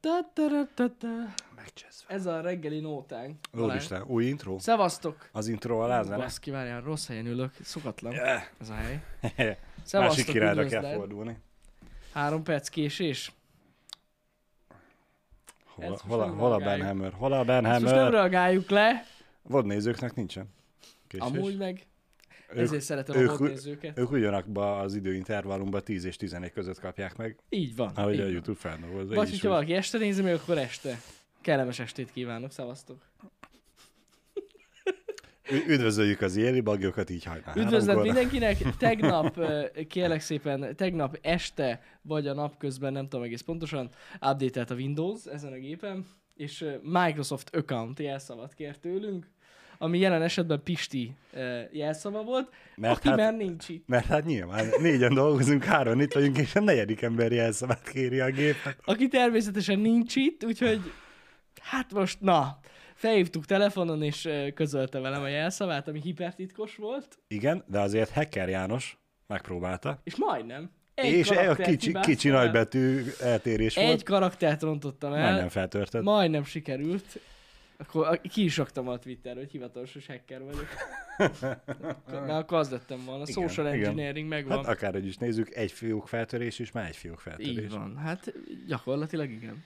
Ta, ta, ra, ta, ta. Megcseszve. Ez a reggeli nótánk. Úristen, új intro? Szevasztok! Az intro alá zene? Baszki, várjál, rossz helyen ülök. Szokatlan ez a hely. Eh, Másik királyra üdvözled. kell fordulni. Három perc késés. Hol, Ezt most hol, a- nem hol a reagáljuk. Benhammer? Hol a Ezt most nem Benhammer? reagáljuk le, Vad nézőknek nincsen. Késés. amúgy meg. ők, Ezért szeretem ők- a hotnézőket. ők ugyanakban az időintervallumban 10 és 11 között kapják meg, Így van. ahogy így a van. YouTube feldolgozza. Vagy így is hogyha úgy. valaki este nézi meg, akkor este. Kellemes estét kívánok, szavaztok. Ü- Üdvözöljük az éli bagjokat így hajnal. Üdvözlet háromkor. mindenkinek! Tegnap, ö, kérlek szépen, tegnap este, vagy a nap közben, nem tudom egész pontosan, updatelt a Windows ezen a gépen, és ö, Microsoft account jelszavat kért tőlünk, ami jelen esetben Pisti ö, jelszava volt, Mert aki hát- már nincs itt. Mert hát nyilván négyen dolgozunk, három itt vagyunk, és a negyedik ember jelszavát kéri a gépet. Aki természetesen nincs itt, úgyhogy hát most na, felhívtuk telefonon, és ö, közölte velem a jelszavát, ami hipertitkos volt, Igen, de azért Hacker János megpróbálta. és majdnem. és a karaktert kicsi, hibáztam kicsi el. nagybetű eltérés Egy volt. karaktert rontottam el. Majdnem feltörted. Majdnem sikerült. Akkor a- ki is raktam a Twitterre, hogy hivatalos hacker vagyok. Mert akkor az lettem volna. Igen, Social igen. engineering megvan. Hát akárhogy is nézzük, egy fiúk feltörés és már egy fiúk Így feltörés. van. Hát gyakorlatilag igen.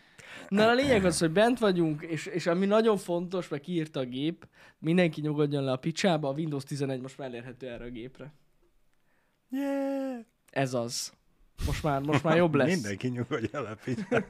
Na a lényeg az, hogy bent vagyunk, és, és ami nagyon fontos, mert kiírta a gép, mindenki nyugodjon le a picsába, a Windows 11 most már elérhető erre a gépre. Yeah! Ez az. Most már, most már jobb lesz. Mindenki nyugodja le, figyelj.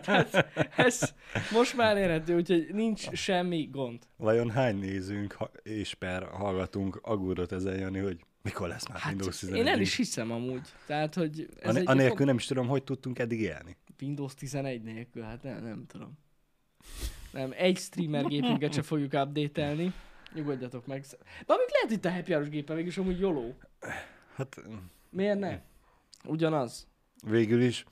Tehát ez most már érhető, úgyhogy nincs semmi gond. Vajon hány nézünk ha- és per hallgatunk aggódott ezen Jani, hogy mikor lesz már Hát Windows 11? én el is hiszem amúgy. Tehát, hogy ez An- egy anélkül nem is tudom, hogy tudtunk eddig élni. Windows 11 nélkül, hát nem, nem tudom. Nem, egy streamer gépünket se fogjuk update-elni. Nyugodjatok meg. De amik lehet itt a happy hour gépen, mégis amúgy jóló. Hát Miért ne? Ugyanaz. végül is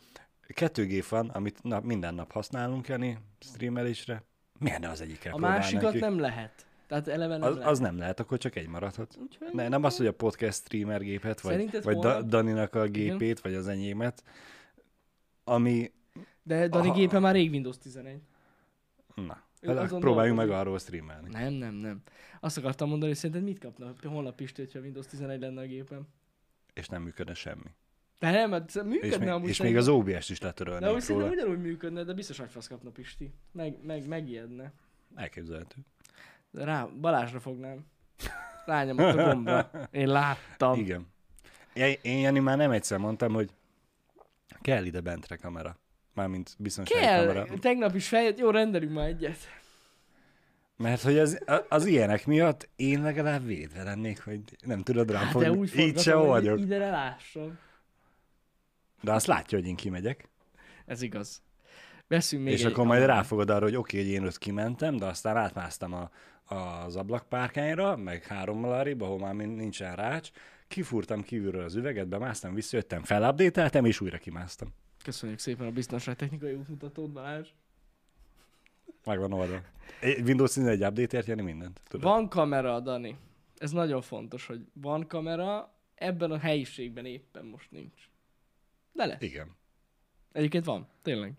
kettő gép van, amit nap, minden nap használunk, Jani, streamelésre. Miért ne az egyikkel A másikat próbálnánk nem lehet. Tehát eleve nem Az, lehet. az nem lehet, akkor csak egy maradhat. Úgyhogy Ne, nem az, hogy a podcast streamer gépet, vagy, Szerinted vagy da- holnap- Daninak a Igen. gépét, vagy az enyémet, ami, De Dani Aha. gépe már rég Windows 11. na, hát Ő azon próbáljunk meg dolgozik. arról streamelni. Nem, nem, nem. Azt akartam mondani, hogy szerinted mit kapna holnap Pisti, hogyha Windows 11 lenne a gépem. És nem működne semmi. De nem, hát És, működne még, amúgy és még szerintem. az OBS-t is De úgy letörölnénk szerintem róla. ugyanúgy működne, de biztos nagy fasz kapna Pisti. Meg, meg, megijedne. Elképzelhető. De Rá, Balázsra fognám. Rányomott a gombra. Én láttam. Igen. Igen. Én, én, Jani, már nem egyszer mondtam, hogy kell ide bentre kamera. Mármint biztonsági Kell, kamera. tegnap is feljött, jó, rendelünk már egyet. Mert hogy az, a- az ilyenek miatt én legalább védve lennék, hogy nem tudod rám Hát de fogni. úgy Így se forgatom, hogy vagyok. Ide ne lásson. De azt látja, hogy én kimegyek. Ez igaz. Veszünk még és egy akkor majd kamerát. ráfogod arra, hogy oké, hogy én ott kimentem, de aztán átmásztam a, az ablakpárkányra, meg három arrébb, ahol már min- nincsen rács, kifúrtam kívülről az üveget, bemásztam, visszajöttem, felupdateltem, és újra kimásztam. Köszönjük szépen a biztonságtechnikai útmutatót, Balázs. Megvan oldva. Egy Windows 11 update-ért jelni mindent. Tudod? Van kamera, Dani. Ez nagyon fontos, hogy van kamera, ebben a helyiségben éppen most nincs. De lesz. Igen. Egyébként van, tényleg.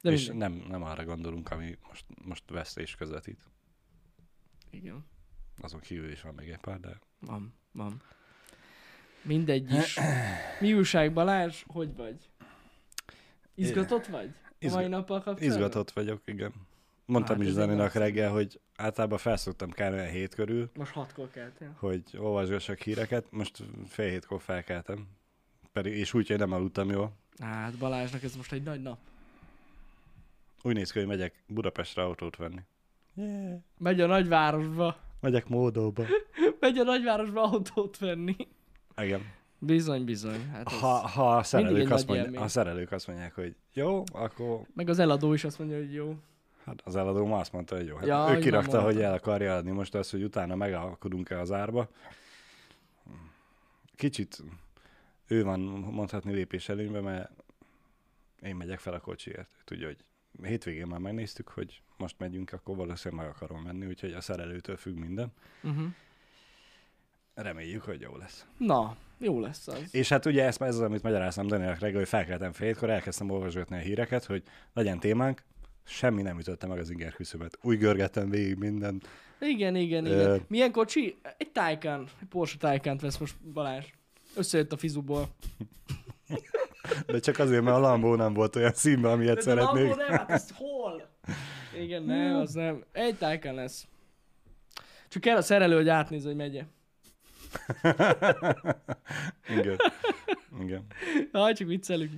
De De és mindegy. nem, nem arra gondolunk, ami most, most vesz és közvetít. Igen, Azon kívül is van még egy pár, Hát, de van, van. Mindegy is. Mi újság, Balázs? Hogy vagy? Izgatott vagy? A Izga- mai nappal kapcsolatban? izgatott vagyok, igen. Mondtam Hát hát is ez Zaninak igaz. reggel, hogy általában felszoktam kell olyan hét körül, Most hatkor keltél. hogy olvasgassak híreket, most fél hétkor felkeltem. Pedig, és úgy, hogy nem aludtam jól. Hát Balázsnak ez most egy nagy nap. Úgy néz ki, hogy megyek Budapestre autót venni. Yeah. Megy a nagyvárosba. Megyek módóba. Megy a nagyvárosba autót venni. Igen. Bizony, bizony. Hát ez... Ha, ha, a szerelők egy nagy azt mondja, élmény. ha a szerelők azt mondják, hogy jó, akkor Meg az eladó is azt mondja, hogy jó. Hát az eladó ma azt mondta, hogy jó. Hát Ja, ja, hogy ő nem kirakta, hogy mondta. el akarja adni most azt, hogy utána megalkodunk-e az árba. Kicsit ő van mondhatni lépés előnyben, mert én megyek fel a kocsiért. Tudja, hogy hétvégén már megnéztük, hogy most Mhm. megyünk, akkor valószínűleg meg akarom menni, úgyhogy a szerelőtől függ minden. Uh-huh. Reméljük, hogy jó lesz. Na, jó lesz az. És hát ugye ezt, ez az, amit magyaráztam Danielnek reggel, hogy felkeltem félkor, elkezdtem olvasgatni a híreket, hogy legyen témánk, semmi nem ütötte meg az inger küszöbet. Úgy görgettem végig minden. Igen, igen, Ö. igen. Milyen kocsi? Egy Taycan. Egy Porsche Taycan vesz most Balázs. Összejött a fizuból. De csak azért, mert a Lambó nem volt olyan színben, amilyet De a szeretnék. Lambo nem, hát ezt hol? Igen, nem, az nem. Egy Taycan lesz. Csak kell a szerelő, hogy átnéz, hogy megye. Igen. Igen. Ha, csak viccelünk.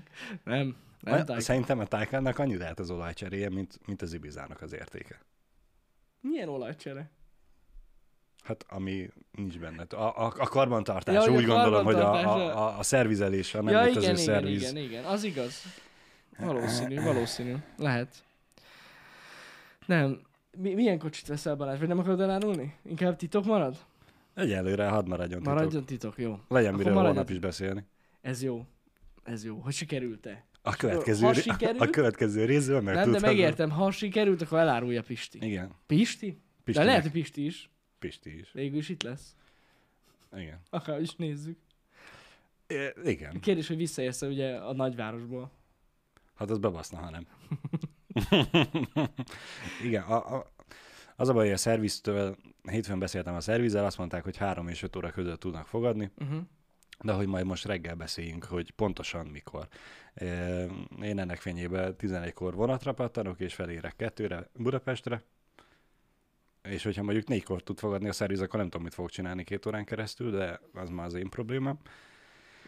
Nem, nem Nem, Taycan. Szerintem a Taycannak annyit lehet az olajcseréje, mint, mint az Ibizának az értéke. Milyen olajcsere? Hát ami nincs benne. A, a, a karbantartás, Ja, ja, hogy úgy a gondolom, hogy a, a, karbantartása. a, a szervizelés, a nem ja, létező igen, igen, szerviz. igen, igen, az igaz. Valószínű, valószínű. Lehet. Nem. Mi, milyen kocsit veszel Balázs? Vagy nem akarod elárulni? Inkább titok marad? Egyelőre hadd maradjon titok. Maradjon titok, jó. Legyen Akkor miről maradjon holnap is beszélni. Ez jó. Ez jó. Hogy sikerült-e? A következő, ha ré- sikerül- a következő részben Nem, meg de tudhatod. megértem, ha sikerült, akkor elárulja Pisti. Igen. Pisti? Pisti? Pisti, De lehet, lehet... hogy Pisti is. Pisti is. Végül is itt lesz. Igen. Akár is nézzük. É, igen. Kérdés, hogy visszaérsz ugye a nagyvárosból. Hát az bebaszna, ha nem. igen. A, a, az a baj, hogy a szerviztől, hétfőn beszéltem a szervizzel, azt mondták, hogy 3 és 5 óra között tudnak fogadni. Uh-huh. De hogy majd most reggel beszéljünk, hogy pontosan mikor. Ö, Én ennek fényében 11-kor vonatra pattanok, és felérek kettőre Budapestre. És hogyha mondjuk négykor tud fogadni a szerviz, akkor nem tudom, mit fogok csinálni két órán keresztül, de az már az én problémám.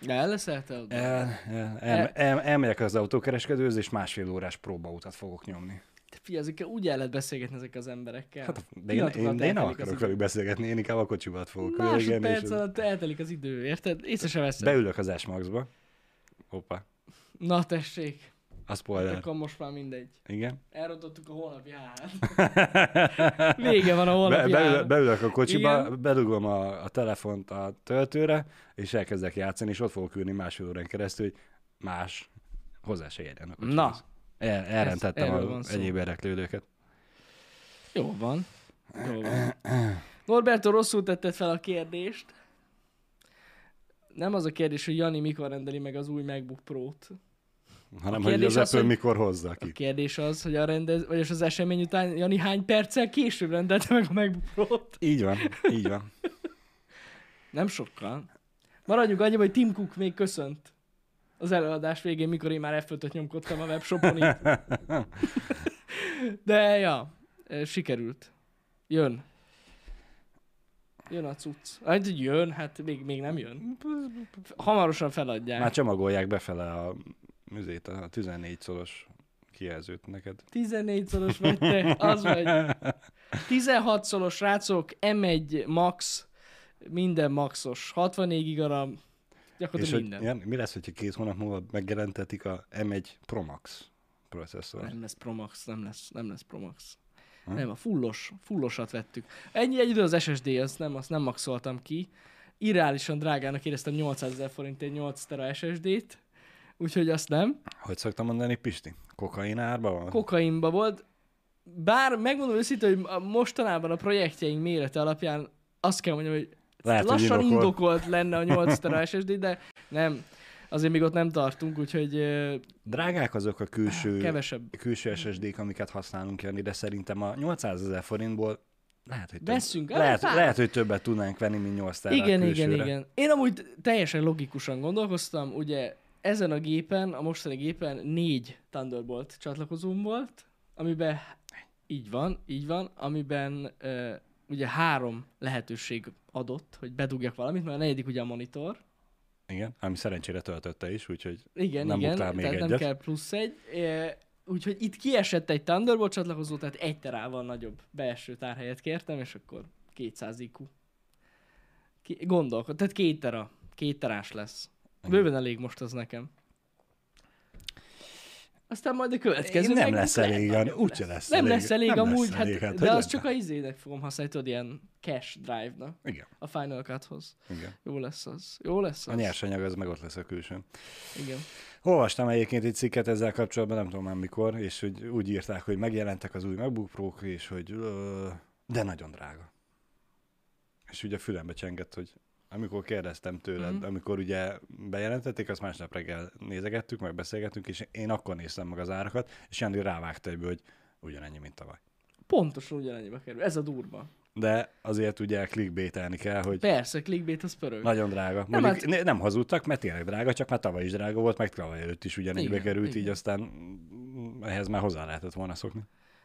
De elleszel te oda? El, el, el, el, elmegyek az autókereskedőhöz, és másfél órás próbautat fogok nyomni. Te figyelj, ezekkel úgy el lehet beszélgetni ezekkel az emberekkel. Hát, de én, Pillanatok én, alatt de én nem eltelik az akarok idő. velük beszélgetni, én inkább a kocsibat fogok pörgetni, és Másodperc alatt eltelik az idő, érted? Észre se veszed. Beülök az S-Maxba. Hoppá, Na tessék, az hát spoiler. akkor most már mindegy. Igen. Elrontottuk a holnapi hálát. Vége van a holnapi Be, beül, hálát. beülök a kocsiba, Igen. Igen. bedugom a, a telefont a töltőre, és elkezdek játszani, és ott fogok ülni másfél órán keresztül, hogy más hozzá se érjen a kocsihoz. Na. El, elrentettem Ez- erről van az szó. egyéb érdeklődőket. Jó van. Jó van. Norberto rosszul tetted fel a kérdést. Nem az a kérdés, hogy Jani mikor rendeli meg az új MacBook Pro-t. Hanem, A hogy kérdés az az, Apple hogy- mikor hozza A ki. kérdés az, hogy a rendez... vagyis az esemény után Jani hány perccel később rendelte meg a MacBook Pro-t. Így van, így van. Nem sokkal. Maradjunk annyiban, hogy Tim Cook még köszönt az előadás végén, mikor én már f nyomkodtam a webshopon itt. De ja, eh, sikerült. Jön. Jön a cucc. Hát hogy jön, hát még, még nem jön. Hamarosan feladják. Már csomagolják befele a műzét, a 14 szoros kijelzőt Hát neked. 14 szoros vagy te, az vagy. 16 szoros rácok, M1 max, minden maxos. 64 giga RAM, és gyakorlatilag hogy, minden. Jani, mi lesz, hogyha két hónap múlva megjelentetik a M1 Pro Max processzort? Nem lesz Promax, nem lesz, nem lesz Promax. Hm? Nem, a fullos, fullosat vettük. Ennyi egy idő az SSD, azt nem, azt nem maxoltam ki. Irreálisan drágának éreztem 800 ezer forint egy 8 tera SSD-t, úgyhogy azt nem. Hogy szoktam mondani, Pisti? Kokain árban van? Kokainba volt. Bár megmondom őszintén, hogy a- mostanában a projektjeink mérete alapján azt kell mondjam, hogy Lehet, hogy lassan indokolt. indokolt lenne a 8 tera SSD, de nem. Azért még ott nem tartunk, úgyhogy ö, Drágák azok a külső, kevesebb. külső SSD-k, amiket használunk jönni, de szerintem a 800 ezer forintból lehet, hogy, több, Veszünk el lehet, pár- lehet, hogy többet tudnánk venni, mint 8 tera Igen, igen, külsőre. igen. Én amúgy teljesen logikusan gondolkoztam, ugye ezen a gépen, a mostani gépen négy Thunderbolt csatlakozóm volt, amiben így van, így van, amiben ö, ugye három lehetőség adott, hogy bedugjak valamit, mert a negyedik ugye a monitor, igen. Ami szerencsére töltötte is, úgyhogy igen, Nem igen, buktál még tehát nem egyet. kell plusz egy. E, Úgyhogy itt kiesett egy Thunderbolt csatlakozó, tehát egy terával nagyobb belső tárhelyet kértem, és akkor 200 IQ. Ki, gondolkod, tehát két tera, két terás lesz. Bőven elég most az nekem. Aztán majd a következő. nem meg lesz lehet elég, nagyobb Jani, úgyse lesz Nem elég. lesz elég Nem lesz amúgy, hát, elég, hát hogy de azt lenne? csak a izének fogom használni, tudod, ilyen cash drive-nak, igen, a Final Cut-hoz. igen. Jó lesz az. Jó lesz A az. nyersanyag az meg ott lesz a külsőn. Igen. Olvastam egyébként egy cikket ezzel kapcsolatban, nem tudom már mikor, és hogy úgy írták, hogy megjelentek az új MacBook pro és hogy ö, de nagyon drága. És ugye a fülembe csengett, hogy amikor kérdeztem tőled, mm-hmm. amikor ugye bejelentették, azt másnap reggel nézegettük, meg beszélgettünk, és én akkor néztem meg az árakat, és Jani rávágta egyből, hogy ugyanennyi, mint tavaly. Pontosan ugyanennyibe kerül. Ez a durva. De azért ugye clickbaitelni kell, hogy Persze, clickbait az pörög. nagyon drága. Nem, Mondjuk nem, hát... nem hazudtak, mert tényleg drága, csak már tavaly is drága volt, meg tavaly előtt is ugyanennyibe Igen, került, így igen. aztán aztán mm, ehhez már hozzá lehetett volna szokni.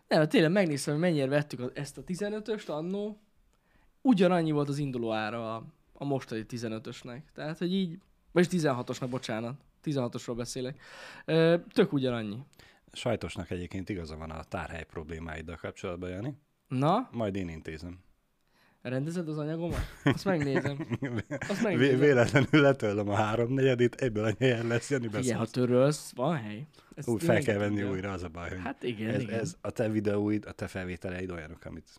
Nem, hát tényleg megnéztem, hogy mennyire vettük a- ezt a 15-öst annó. Ugyanannyi volt az induló ára a, a mostani 15-ösnek. Tehát, hogy így, vagy 16-osnak, bocsánat. 16-osról beszélek. Ö, tök ugyanannyi. Sajtosnak egyébként igaza van a tárhely problémáiddal kapcsolatban, Jani. Na, Majd én intézem. rendezed az anyagomat? Azt megnézem. Azt Vé- megnézem. véletlenül letöltöm a háromnegyedét, ebből a helyen lesz, Jani Figyelj, ha beszélsz. törölsz, van hely. Ezt Úgy fel kell mindenki venni tudja. újra, az a baj, hogy Hát igen, ez, igen. ez a te videóid, a te felvételeid olyanok, amit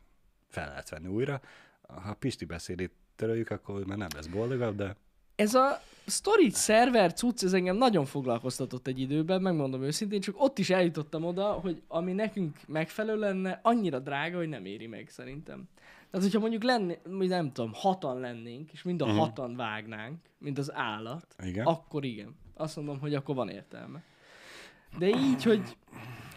fel lehet venni újra. Ha Pisti beszédét töröljük, akkor már nem lesz boldogabb, de ez a storage server cucc, ez engem nagyon foglalkoztatott egy időben, megmondom őszintén, csak ott is eljutottam oda, hogy ami nekünk megfelelő lenne, annyira drága, hogy nem éri meg szerintem. Tehát, hogyha mondjuk lenni, mi nem tudom, hatan lennénk, és mind a uh-huh. hatan vágnánk, mint az állat, igen. A... akkor igen. Azt mondom, hogy akkor van értelme. De így, hogy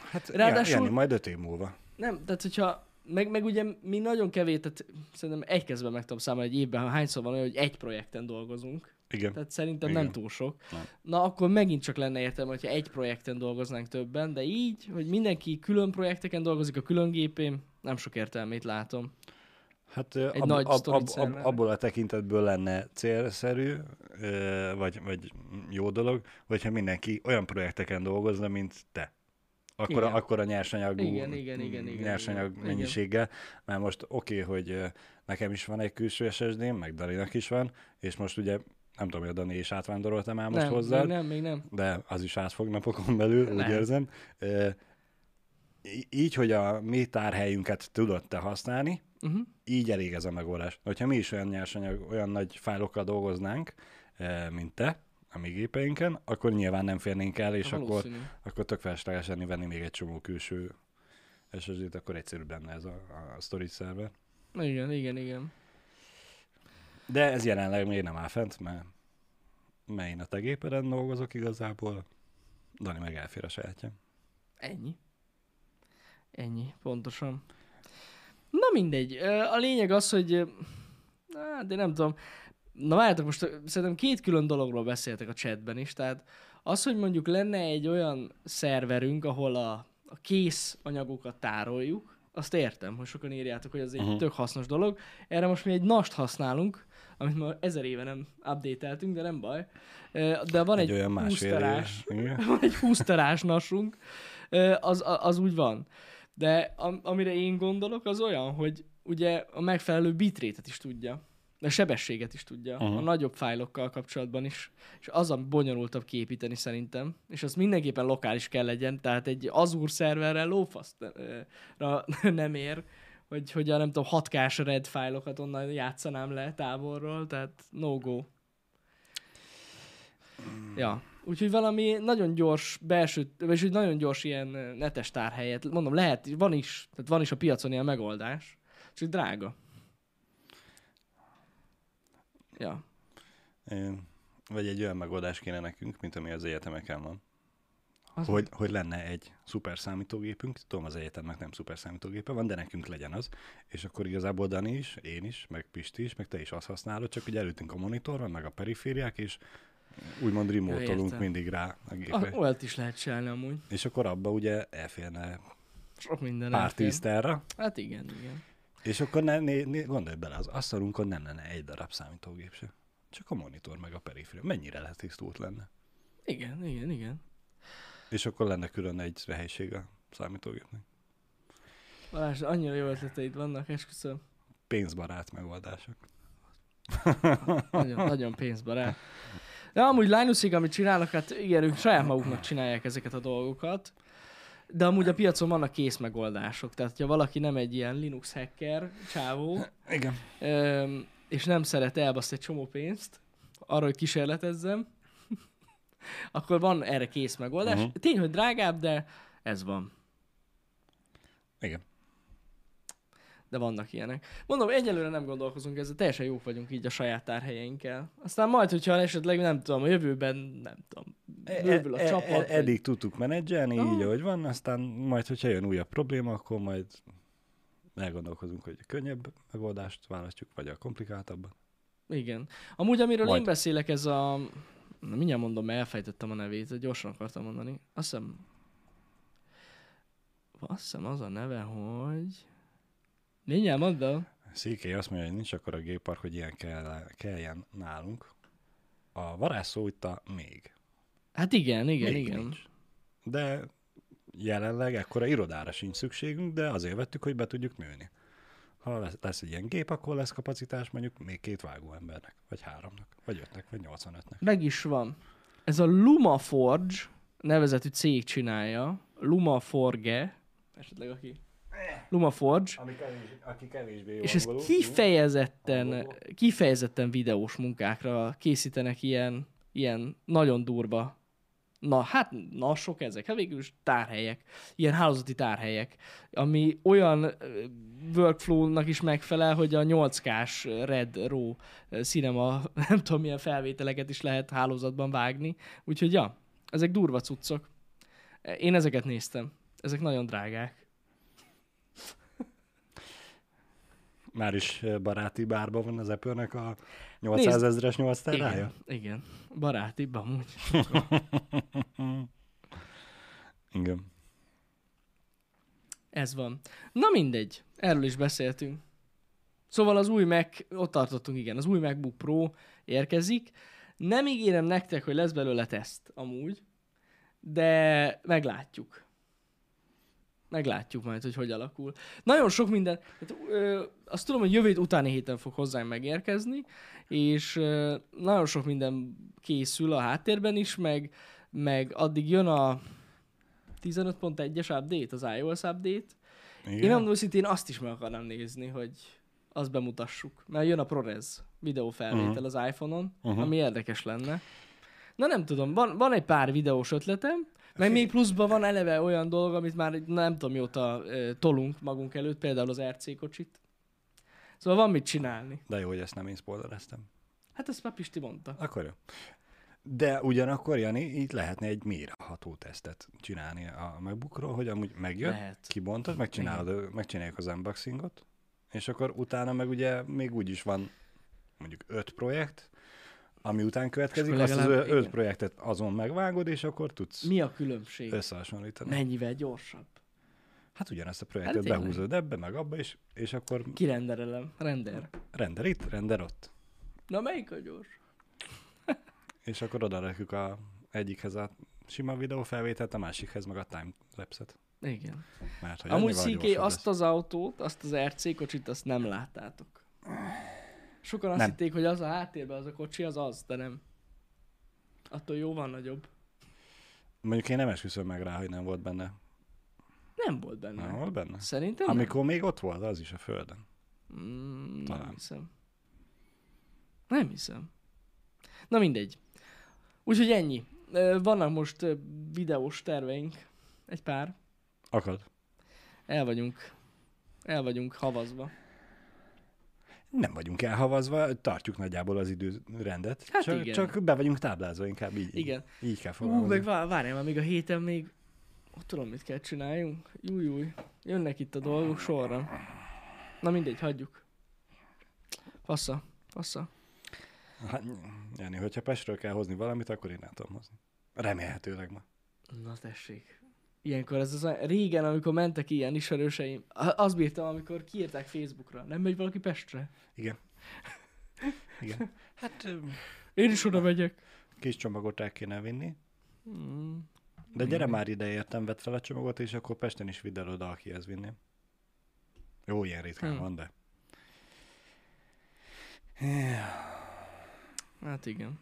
Hát ráadásul- ráadásul... Jani, majd öt év múlva. nem, tehát hogyha, meg, meg ugye mi nagyon kevés, tehát szerintem egy kezben meg tudom számolni egy évben, ha hányszor van olyan, hogy egy projekten dolgozunk. Igen. Tehát szerintem Igen. Igen. nem túl sok. Nem. Na akkor megint csak lenne értelme, hogyha egy projekten dolgoznánk többen, de így, hogy mindenki külön projekteken dolgozik a külön gépén, nem sok értelmét látom. Hát ö, Egy ab, nagy ab, sztorit ab, ab, szerverre. abból a tekintetből lenne célszerű, ö, vagy, vagy jó dolog, hogyha mindenki olyan projekteken dolgozna, mint te. Akkor, Igen. a, akkor a nyersanyagú Igen, igen, igen, igen, nyersanyag igen. mennyiséggel, mert most oké, okay, hogy ö, nekem is van egy külső ssd meg Dalinak is van, és most ugye nem tudom, hogy a Dani is átvándoroltam már most nem, hozzá, még nem, még nem. de az is át fog napokon belül, úgy Lehet. érzem. Ö, í- Így, hogy a mi tárhelyünket tudod te használni, Uh-huh. így elég ez a megoldás. Hogyha mi is olyan nyersanyag, olyan nagy fájlokkal dolgoznánk, eh, mint te, a mi gépeinken, akkor nyilván nem férnénk el, és akkor, Valószínű. akkor tök felesleges lenni venni még egy csomó külső ssd akkor egyszerűbb lenne ez a, a storage szerver. Igen, igen, igen. De ez jelenleg még nem áll fent, mert, mert én a te gépeden dolgozok igazából, Dani meg elfér a sajátja. Ennyi. Ennyi, pontosan. Na mindegy, Ö, a lényeg az, hogy... ö, á, de nem tudom. Na várjátok, most ö, szerintem két külön dologról beszéltek a chatben is, tehát az, hogy mondjuk lenne egy olyan szerverünk, ahol a, a kész anyagokat tároljuk, azt értem, hogy sokan írjátok, hogy ez egy Mhm. uh-huh. tök hasznos dolog. Erre most mi egy nast használunk, amit már ezer éve nem updateltünk, de nem baj. Ö, De van egy, egy olyan 20 másfél terás- éves. Igen. van egy 20 terás nasunk, ö, az, a- az úgy van. De am, amire én gondolok, az olyan, hogy ugye a megfelelő bitrétet is tudja, a sebességet is tudja, uh-huh. Aha. a nagyobb fájlokkal kapcsolatban is, és az a bonyolultabb képíteni szerintem, és az mindenképpen lokális kell legyen, tehát egy Azure szerverrel lófasztra nem ér, hogy, hogy a nem tudom, 6K-s red fájlokat onnan játszanám le távolról, tehát no go. Ja. Úgyhogy valami nagyon gyors belső, vagyis egy nagyon gyors ilyen ö, netes tárhelyet, mondom, lehet, van is, tehát van is a piacon ilyen megoldás, csak drága. Ja. Ö, Vagy egy olyan megoldás kéne nekünk, mint ami az egyetemeken van. Az- Hogy, hogy lenne egy szuper számítógépünk, tudom az egyetemnek nem szuper számítógépe van, de nekünk legyen az, és akkor igazából Dani is, én is, meg Pisti is, meg te is azt használod, csak ugye előttünk a monitor van, meg a perifériák, és úgymond remote értem. Ah, mindig rá a Az, gépre. olyat is lehet csinálni amúgy. És akkor abba ugye elférne Sok minden. pár elfér. tíz terra, Hát igen, igen. és akkor ne, ne, ne, gondolj bele, az asztalunkon nem lenne egy darab számítógép se. Csak a monitor meg a periféria. Mennyire letisztult lenne? Igen, igen, igen. És akkor lenne külön egy helység a számítógépnek. Balázs, annyira jó ötleteid vannak, esküszöm. Pénzbarát megoldások. Nagyon, nagyon pénzbarát. De amúgy Linusig, amit csinálnak, hát igen, ők saját maguknak csinálják ezeket a dolgokat. De amúgy a piacon vannak kész megoldások. Tehát, ha valaki nem egy ilyen Linux hacker, csávó, Igen. öm, és nem szeret elbaszni egy csomó pénzt, arra, hogy kísérletezzem, akkor van erre kész megoldás. Mhm. Uh-huh. Tény, hogy drágább, de ez van. Igen. de vannak ilyenek. Mondom, egyelőre nem gondolkozunk ezzel, teljesen jók vagyunk így a saját tárhelyeinkkel. Aztán majd, hogyha esetleg nem tudom, a jövőben, nem tudom, bővül a E- e- csapat. e- vagy- Eddig tudtuk menedzselni, Ah. így ahogy van, aztán majd, hogyha jön újabb probléma, akkor majd elgondolkozunk, hogy a könnyebb megoldást választjuk, vagy a komplikáltabban. Igen. Amúgy, amiről Majd. én beszélek, ez a... Na, mindjárt mondom, mert elfejtettem a nevét, gyorsan akartam mondani. Azt hiszem... Azt hiszem az a neve, hogy... Mindjárt mondom. Székely azt mondja, hogy nincs akkor a géppark, hogy ilyen kell, kelljen nálunk. A varázsszó itt a még. Hát igen, igen, még igen. Nincs. De jelenleg ekkora irodára sincs szükségünk, de azért vettük, hogy be tudjuk nőni. Ha lesz, lesz egy ilyen gép, akkor lesz kapacitás mondjuk még két vágó embernek, vagy háromnak, vagy ötnek, vagy nyolcvanötnek. Meg is van. Ez a Lumaforge nevezetű cég csinálja. Lumaforge. Esetleg aki. Lumaforge. Ami kevés, aki kevésbé jó És ez angolul, kifejezetten, Angolul. kifejezetten videós munkákra készítenek ilyen, ilyen nagyon durva, na hát na sok ezek, hát végül is tárhelyek, ilyen hálózati tárhelyek, ami olyan ö, workflow-nak is megfelel, hogy a 8K-s Red Raw ö, cinema, nem tudom milyen felvételeket is lehet hálózatban vágni, úgyhogy ja, ezek durva cuccok. Én ezeket néztem, ezek nagyon drágák. Már is eh, baráti bárban van az Apple-nek a 800 ezres 8 terája. Igen, igen. Barátibb amúgy. Igen. Ez van. Na mindegy, erről is beszéltünk. Szóval az új Mac, ott tartottunk, igen, az új MacBook Pro érkezik. Nem ígérem nektek, hogy lesz belőle teszt, amúgy, de meglátjuk. Meglátjuk majd, hogy hogy alakul. Nagyon sok minden, hát, ö, azt tudom, hogy jövő hét utáni héten fog hozzánk megérkezni, és ö, nagyon sok minden készül a háttérben is, meg, meg addig jön a 15.1-es update, az iOS update, én Igen. nem őszintén azt is meg akarnám nézni, hogy azt bemutassuk. Mert jön a ProRes videófelvétel uh-huh. az iPhone-on, Mhm. uh-huh. ami érdekes lenne. Na nem tudom, van, van egy pár videós ötletem, meg még pluszban van eleve olyan dolog, amit már így nem tudom mióta ö, tolunk magunk előtt, például az RC kocsit. Szóval van mit csinálni. De jó, hogy ezt nem én spoilereztem. Hát ezt már Pisti mondta. Akkor jó. De ugyanakkor, Jani, így lehetne egy mélyreható tesztet csinálni a MacBookról, hogy amúgy megjön, Lehet. kibontod, megcsinálod, megcsináljuk az unboxingot, és akkor utána meg ugye még úgy is van mondjuk öt projekt, ami után következik, akkor azt az legalább- ö- öt igen. projektet azon megvágod, és akkor tudsz Mi a különbség? összehasonlítani. Mennyivel gyorsabb? Hát ugyanazt a projektet tényleg. behúzod ebbe, meg abba, és, és akkor Kirenderelem. Render. render itt, render ott. Na melyik a gyors? És akkor oda rakjuk a egyikhez a sima videófelvételt, a másikhez meg a timelapse-et. Igen. Mert hogy Amúgy annyival CK, gyorsabb azt lesz. az autót, azt az RC kocsit, azt nem láttátok. Sokan azt Nem. nem. hitték, hogy az a háttérben az a kocsi, az az, de nem. Attól jó van nagyobb. Mondjuk én nem esküszöm meg rá, hogy nem volt benne. Nem volt benne. Nem volt benne? Szerintem Amikor... Amikor még ott volt, az is a földön. nem. Mm, nem Talán. hiszem. Nem hiszem. Na mindegy. Úgyhogy ennyi. Ö, Vannak most ö, videós terveink. Egy pár. Akad. El vagyunk. El vagyunk havazva. Nem vagyunk elhavazva, tartjuk nagyjából az időrendet. Hát csak, igen. csak be vagyunk táblázva, inkább így. Igen. Így kell Ú, fogalmazni. meg vá- várjál már, még a héten még... Ott tudom, mit kell csináljunk. Júj, júj. Jönnek itt a dolgok sorra. Na mindegy, hagyjuk. Passza, passza. Hát, Jani, hogyha Pestről kell hozni valamit, akkor én el tudom hozni. Remélhetőleg ma. Na tessék. Ilyenkor ez az, a- régen, amikor mentek ilyen ismerőseim, a- azt bírtam, amikor kiírták Facebookra. Nem megy valaki Pestre? Igen. Igen. Hát öm, Én is oda megyek. kis csomagot el kéne vinni, Hmm. de gyere már ide értem, vedd fel a csomagot, és akkor Pesten is vidd el oda, akihez vinném. Jó, ilyen ritkán Hmm. van, de. Hát igen.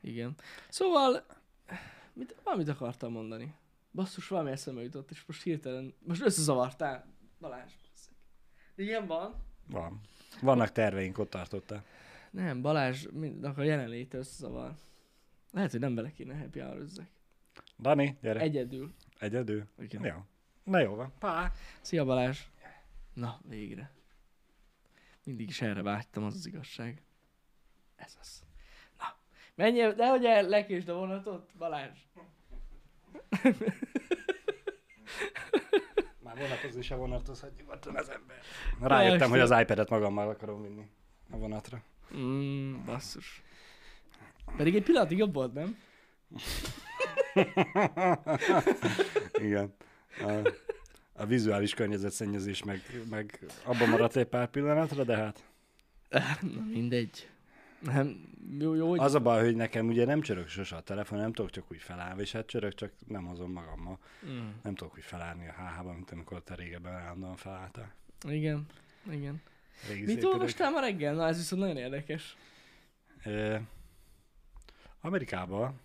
Igen. Szóval, mit, valamit akartam mondani. Basszus, valami eszembe jutott, és most hirtelen, most összezavartál, Balázs. basszeg. De ilyen van. Van. Vannak terveink, ott tartottál. Nem, Balázs, mindnak a jelenléte összezavar. Lehet, hogy nem bele kéne happy hour Dani, gyere. Egy... Egyedül. Egyedül. Igen. Jó. Na jó van. Pá. Szia Balázs. Na, végre. Mindig is erre vágytam, az az igazság. Ez az. Na, menjél, de hogy el- lekésd a vonatot, Balázs. Már vonatozni se vonatozhat nyugodtan az ember. Jaj, Rájöttem, hogy az Isten. iPad-et magammal akarom vinni a vonatra. Mm, basszus. Pedig egy pillanatig jobb volt, nem? Igen. A, a vizuális környezetszennyezés meg, meg abban maradt egy pár pillanatra, de hát Na Mm. mindegy. Nem, jó, jó, hogy... az a baj, hogy nekem ugye nem csörög sose a telefon, nem tudok csak úgy felállni, és hát csörög, csak nem hozom magammal. Mm. Nem tudok úgy felállni a háhába, mint amikor te régebben állandóan felálltál. Igen, igen. Régi szép Mit idők. olvastál ma reggel? Na ez viszont nagyon érdekes. Ö, Amerikában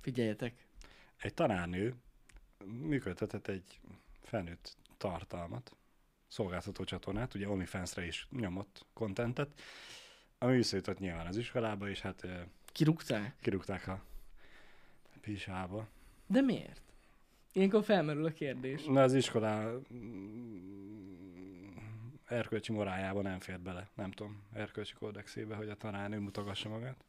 Figyeljetek. egy tanárnő működtetett egy felnőtt tartalmat, szolgáltató csatornát, ugye OnlyFans-re is nyomott kontentet, ami visszajutott nyilván az iskolába, és hát ö, Kirúgták? kirúgták a pisába. De miért? Ilyenkor felmerül a kérdés. Na az iskolá mm, erkölcsi morájába nem fér bele, nem tudom, erkölcsi kódexébe, hogy a tanárnő mutogassa magát.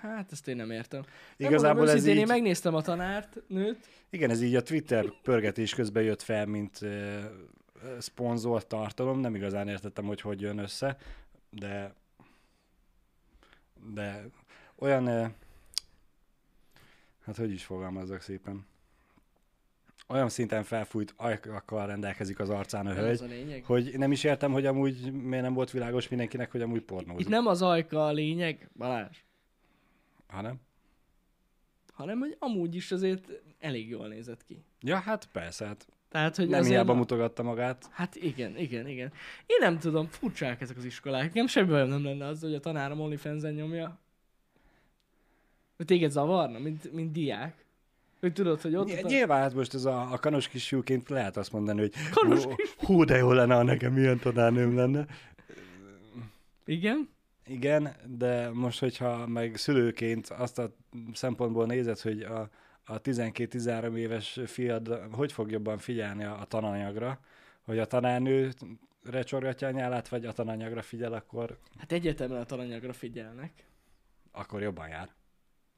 Hát ezt én nem értem. Nem Igazából mondom, ez őszintén, így, Én megnéztem a tanárt, nőt. igen, ez így a Twitter pörgetés közben jött fel, mint uh, szponzor tartalom, nem igazán értettem, hogy hogy jön össze, de de olyan, uh, hát hogy is fogalmazzak szépen, olyan szinten felfújt ajkakkal rendelkezik az arcán a Nem Ez hölgy, a lényeg. hogy nem is értem, hogy amúgy miért nem volt világos mindenkinek, hogy amúgy Itt pornózik, nem az ajka a lényeg, Balázs, hanem? hanem hogy amúgy is azért elég jól nézett ki. Ja, hát persze, hát Tehát, hogy nem azért hiába na- mutogatta magát. Hát igen, igen, igen. Én nem tudom, furcsák ezek az iskolák. Nekem semmi bajom nem lenne az, hogy a tanárom OnlyFans-en nyomja. Hogy téged zavarna, mint, mint diák. Hogy tudod, hogy ott... Ny- ott- Nyilván hát most ez a, a kanos kisfiúként lehet azt mondani, hogy Kanos hú, hú, de jó lenne, ha nekem ilyen tanárnőm lenne. Igen? Igen, de most, hogyha meg szülőként azt a szempontból nézed, hogy a, a 12-13 éves fiad hogy fog jobban figyelni a, a tananyagra, hogy a tanárnő recsorgatja a nyálát, vagy a tananyagra figyel, akkor, Hát egyetemre a tananyagra figyelnek. akkor jobban jár.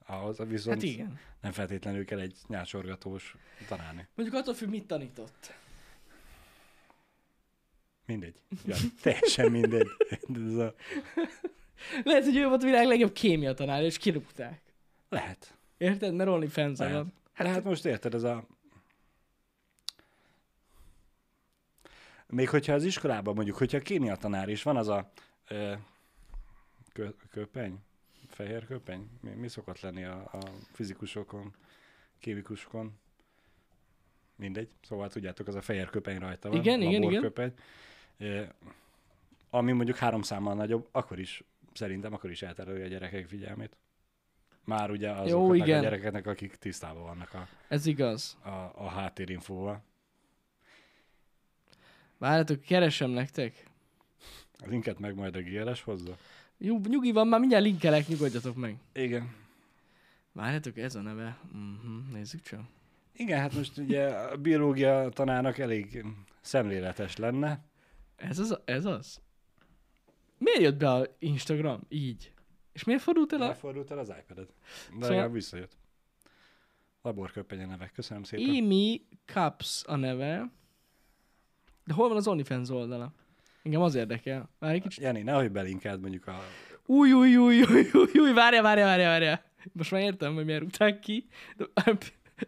Ahhoz viszont Hát igen. nem feltétlenül kell egy nyálsorgatós tanárnő. Mondjuk attól függ, mit tanított. Mindegy. Ja, teljesen mindegy. Ez a... Lehet, hogy ő volt a világ legjobb kémia tanár, és kirúgták. Lehet. Érted? Mert OnlyFans Lehet. van. Hát, hát most érted, ez a... Még hogyha az iskolában mondjuk, hogyha kémia tanár is van az a ö, kö, köpeny, fehér köpeny, mi, mi szokott lenni a, a fizikusokon, kémikusokon, mindegy, szóval tudjátok, az a fehér köpeny rajta van, Igen, igen, igen. laborköpeny. Ö, ami mondjuk három számmal nagyobb, akkor is, szerintem akkor is elterelő a gyerekek figyelmét. Már ugye azoknak a igen. gyerekeknek, akik tisztában vannak a, Ez igaz. a, a háttérinfóval. Várjátok, keresem nektek. A linket meg majd a GLS hozza. Jó, nyugi van, már mindjárt linkelek, nyugodjatok meg. Igen. Várjátok, ez a neve. Mhm, nézzük csak. Igen, hát most ugye a biológia tanának elég szemléletes lenne. Ez az, ez az? Miért jött be a Instagram így? És miért fordult el a... Elfordult el az iPad-et. De Szóval- legalább visszajött. Laborköpenye nevek, köszönöm szépen. Imi Cups a neve. De hol van az OnlyFans oldala? Engem az érdekel. Várj egy kicsit. Jani, nehogy belinkeld mondjuk a... Új, új, új, új, új, új, várja, várja, várja, várja. Most már értem, hogy miért rúgták ki. De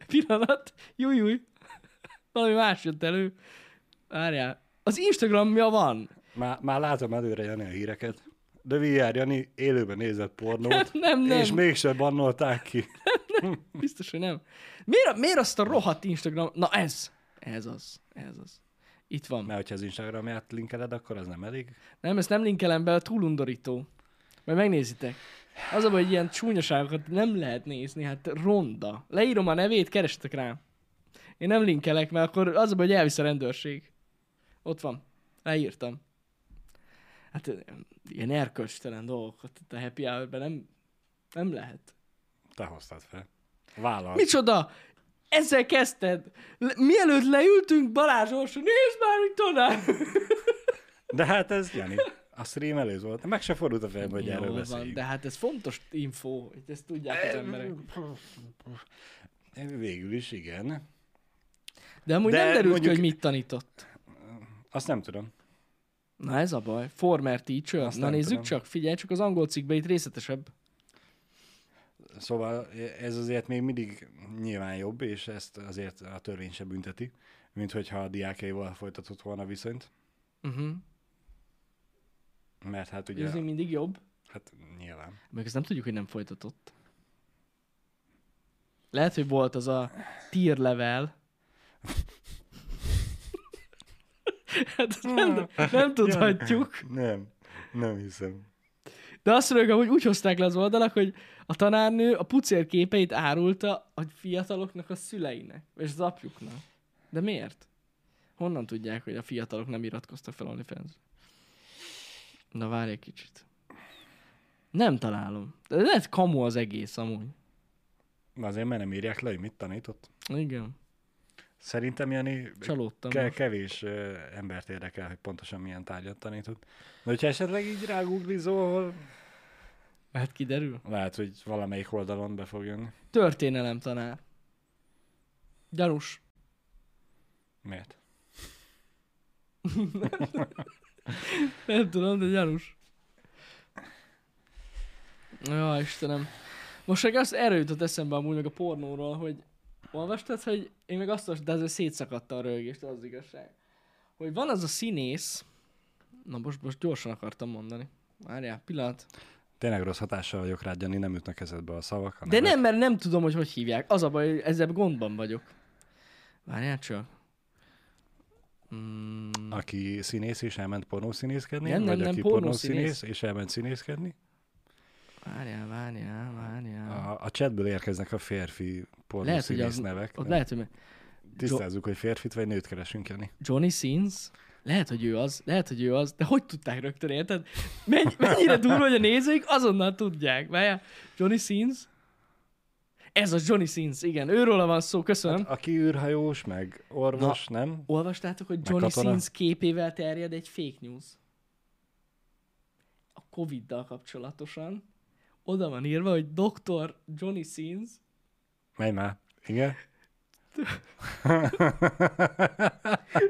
pillanat. Júj, júj. Valami más jött elő. Várjál. Az Instagramja van. Már, már látom előre Jani a híreket. De VR Jani élőben nézett pornót, Nem, nem. és mégsem bannolták ki. Biztos, hogy nem. Miért, miért azt a rohadt Instagram... Na ez! Ez az. Ez az. Itt van. Mert hogyha az Instagramját linkeled, akkor az nem elég. Nem, ezt nem linkelem be, túl undorító. Majd megnézitek. Az a baj, hogy ilyen csúnyaságokat nem lehet nézni, hát ronda. Leírom a nevét, kerestek rá. Én nem linkelek, mert akkor az a baj, hogy elvisz a rendőrség. Ott van. Leírtam. Hát ö, ilyen erkölcstelen dolgokat itt a happy hour nem, nem lehet. Te hoztad fel. Válasz. Micsoda? ezzel kezdted. Le, mielőtt leültünk, Balázs Orsi, nézd már, hogy tanár! De hát ez, Jani, a stream előz volt. Meg se fordult a fejembe, hogy erről Jó beszéljünk. van, de hát ez fontos info, hogy ezt tudják az emberek. Végül is igen. De amúgy De nem derült mondjuk- ki, hogy mit tanított. Azt nem tudom. Na ez a baj. Former teacher. Azt Na nem nézzük tudom. csak, figyelj, csak az angol cikkbe itt részletesebb. Szóval ez azért még mindig nyilván jobb, és ezt azért a törvény se bünteti, mint hogyha a diákjaival folytatott volna viszonyt. Uh-huh. Mert hát Ugye... Mhm. ugye, Ez még mindig jobb. hát nyilván. Meg ezt nem tudjuk, hogy nem folytatott. Lehet, hogy volt az a tier level. hát ezt nem, nem tudhatjuk. Nem, nem hiszem. De azt mondjuk, hogy úgy hozták le az oldalak, hogy a tanárnő a pucér képeit árulta a fiataloknak a szüleinek, és az apjuknak. De miért? Honnan tudják, hogy a fiatalok nem iratkoztak fel onlyfans Na várj egy kicsit. Nem találom. De lehet kamu az egész amúgy. Azért mert nem írják le, hogy mit tanított. Igen, Szerintem, Jani, csalódtam. ke- most. kevés ö, embert érdekel, hogy pontosan milyen tárgyat tanított. De hogyha esetleg így rágooglizol, Hát kiderül. lehet, hogy valamelyik oldalon be fog jönni. Történelem tanár. Gyanús. Miért? Nem tudom, de gyanús. Ja, Istenem. Most meg azt erről jutott eszembe amúgy meg a pornóról, hogy olvastad, hogy én meg azt olvastam, de azért szétszakadta a rögést, az igazság. Hogy van az a színész, na most, most gyorsan akartam mondani. Várjál, pillanat. Tényleg rossz hatással vagyok rád, Jani, nem jutnak eszedbe a szavak. a De nevek. nem, mert nem tudom, hogy hogy hívják. Az a baj, hogy ezzel gondban vagyok. Várjál csak. Mm, Aki színész és elment pornószínészkedni, Nem, nem, vagy nem, aki pornószínész. pornószínész és elment színészkedni. várjál, várjál, várjál. A, a chatből érkeznek a férfi Lehet, hogy pornószínész az, az, nevek. ott Nem- lehet, hogy Tisztázzuk, hogy férfit vagy nőt keresünk, Jani. Johnny Sins? Lehet, hogy ő az, lehet, hogy ő az, de hogy tudták rögtön, érted? Menny- mennyire durva, hogy a nézőik azonnal tudják. Várjál, Johnny Sins? Ez a Johnny Sins, igen, őről van szó, köszönöm. Aki űrhajós, meg orvos, Na. nem? Olvastátok, hogy Johnny katona. Sins képével terjed egy fake news? A Covid-dal kapcsolatosan. Oda van írva, hogy Dr. Johnny Sins Menj már. Igen?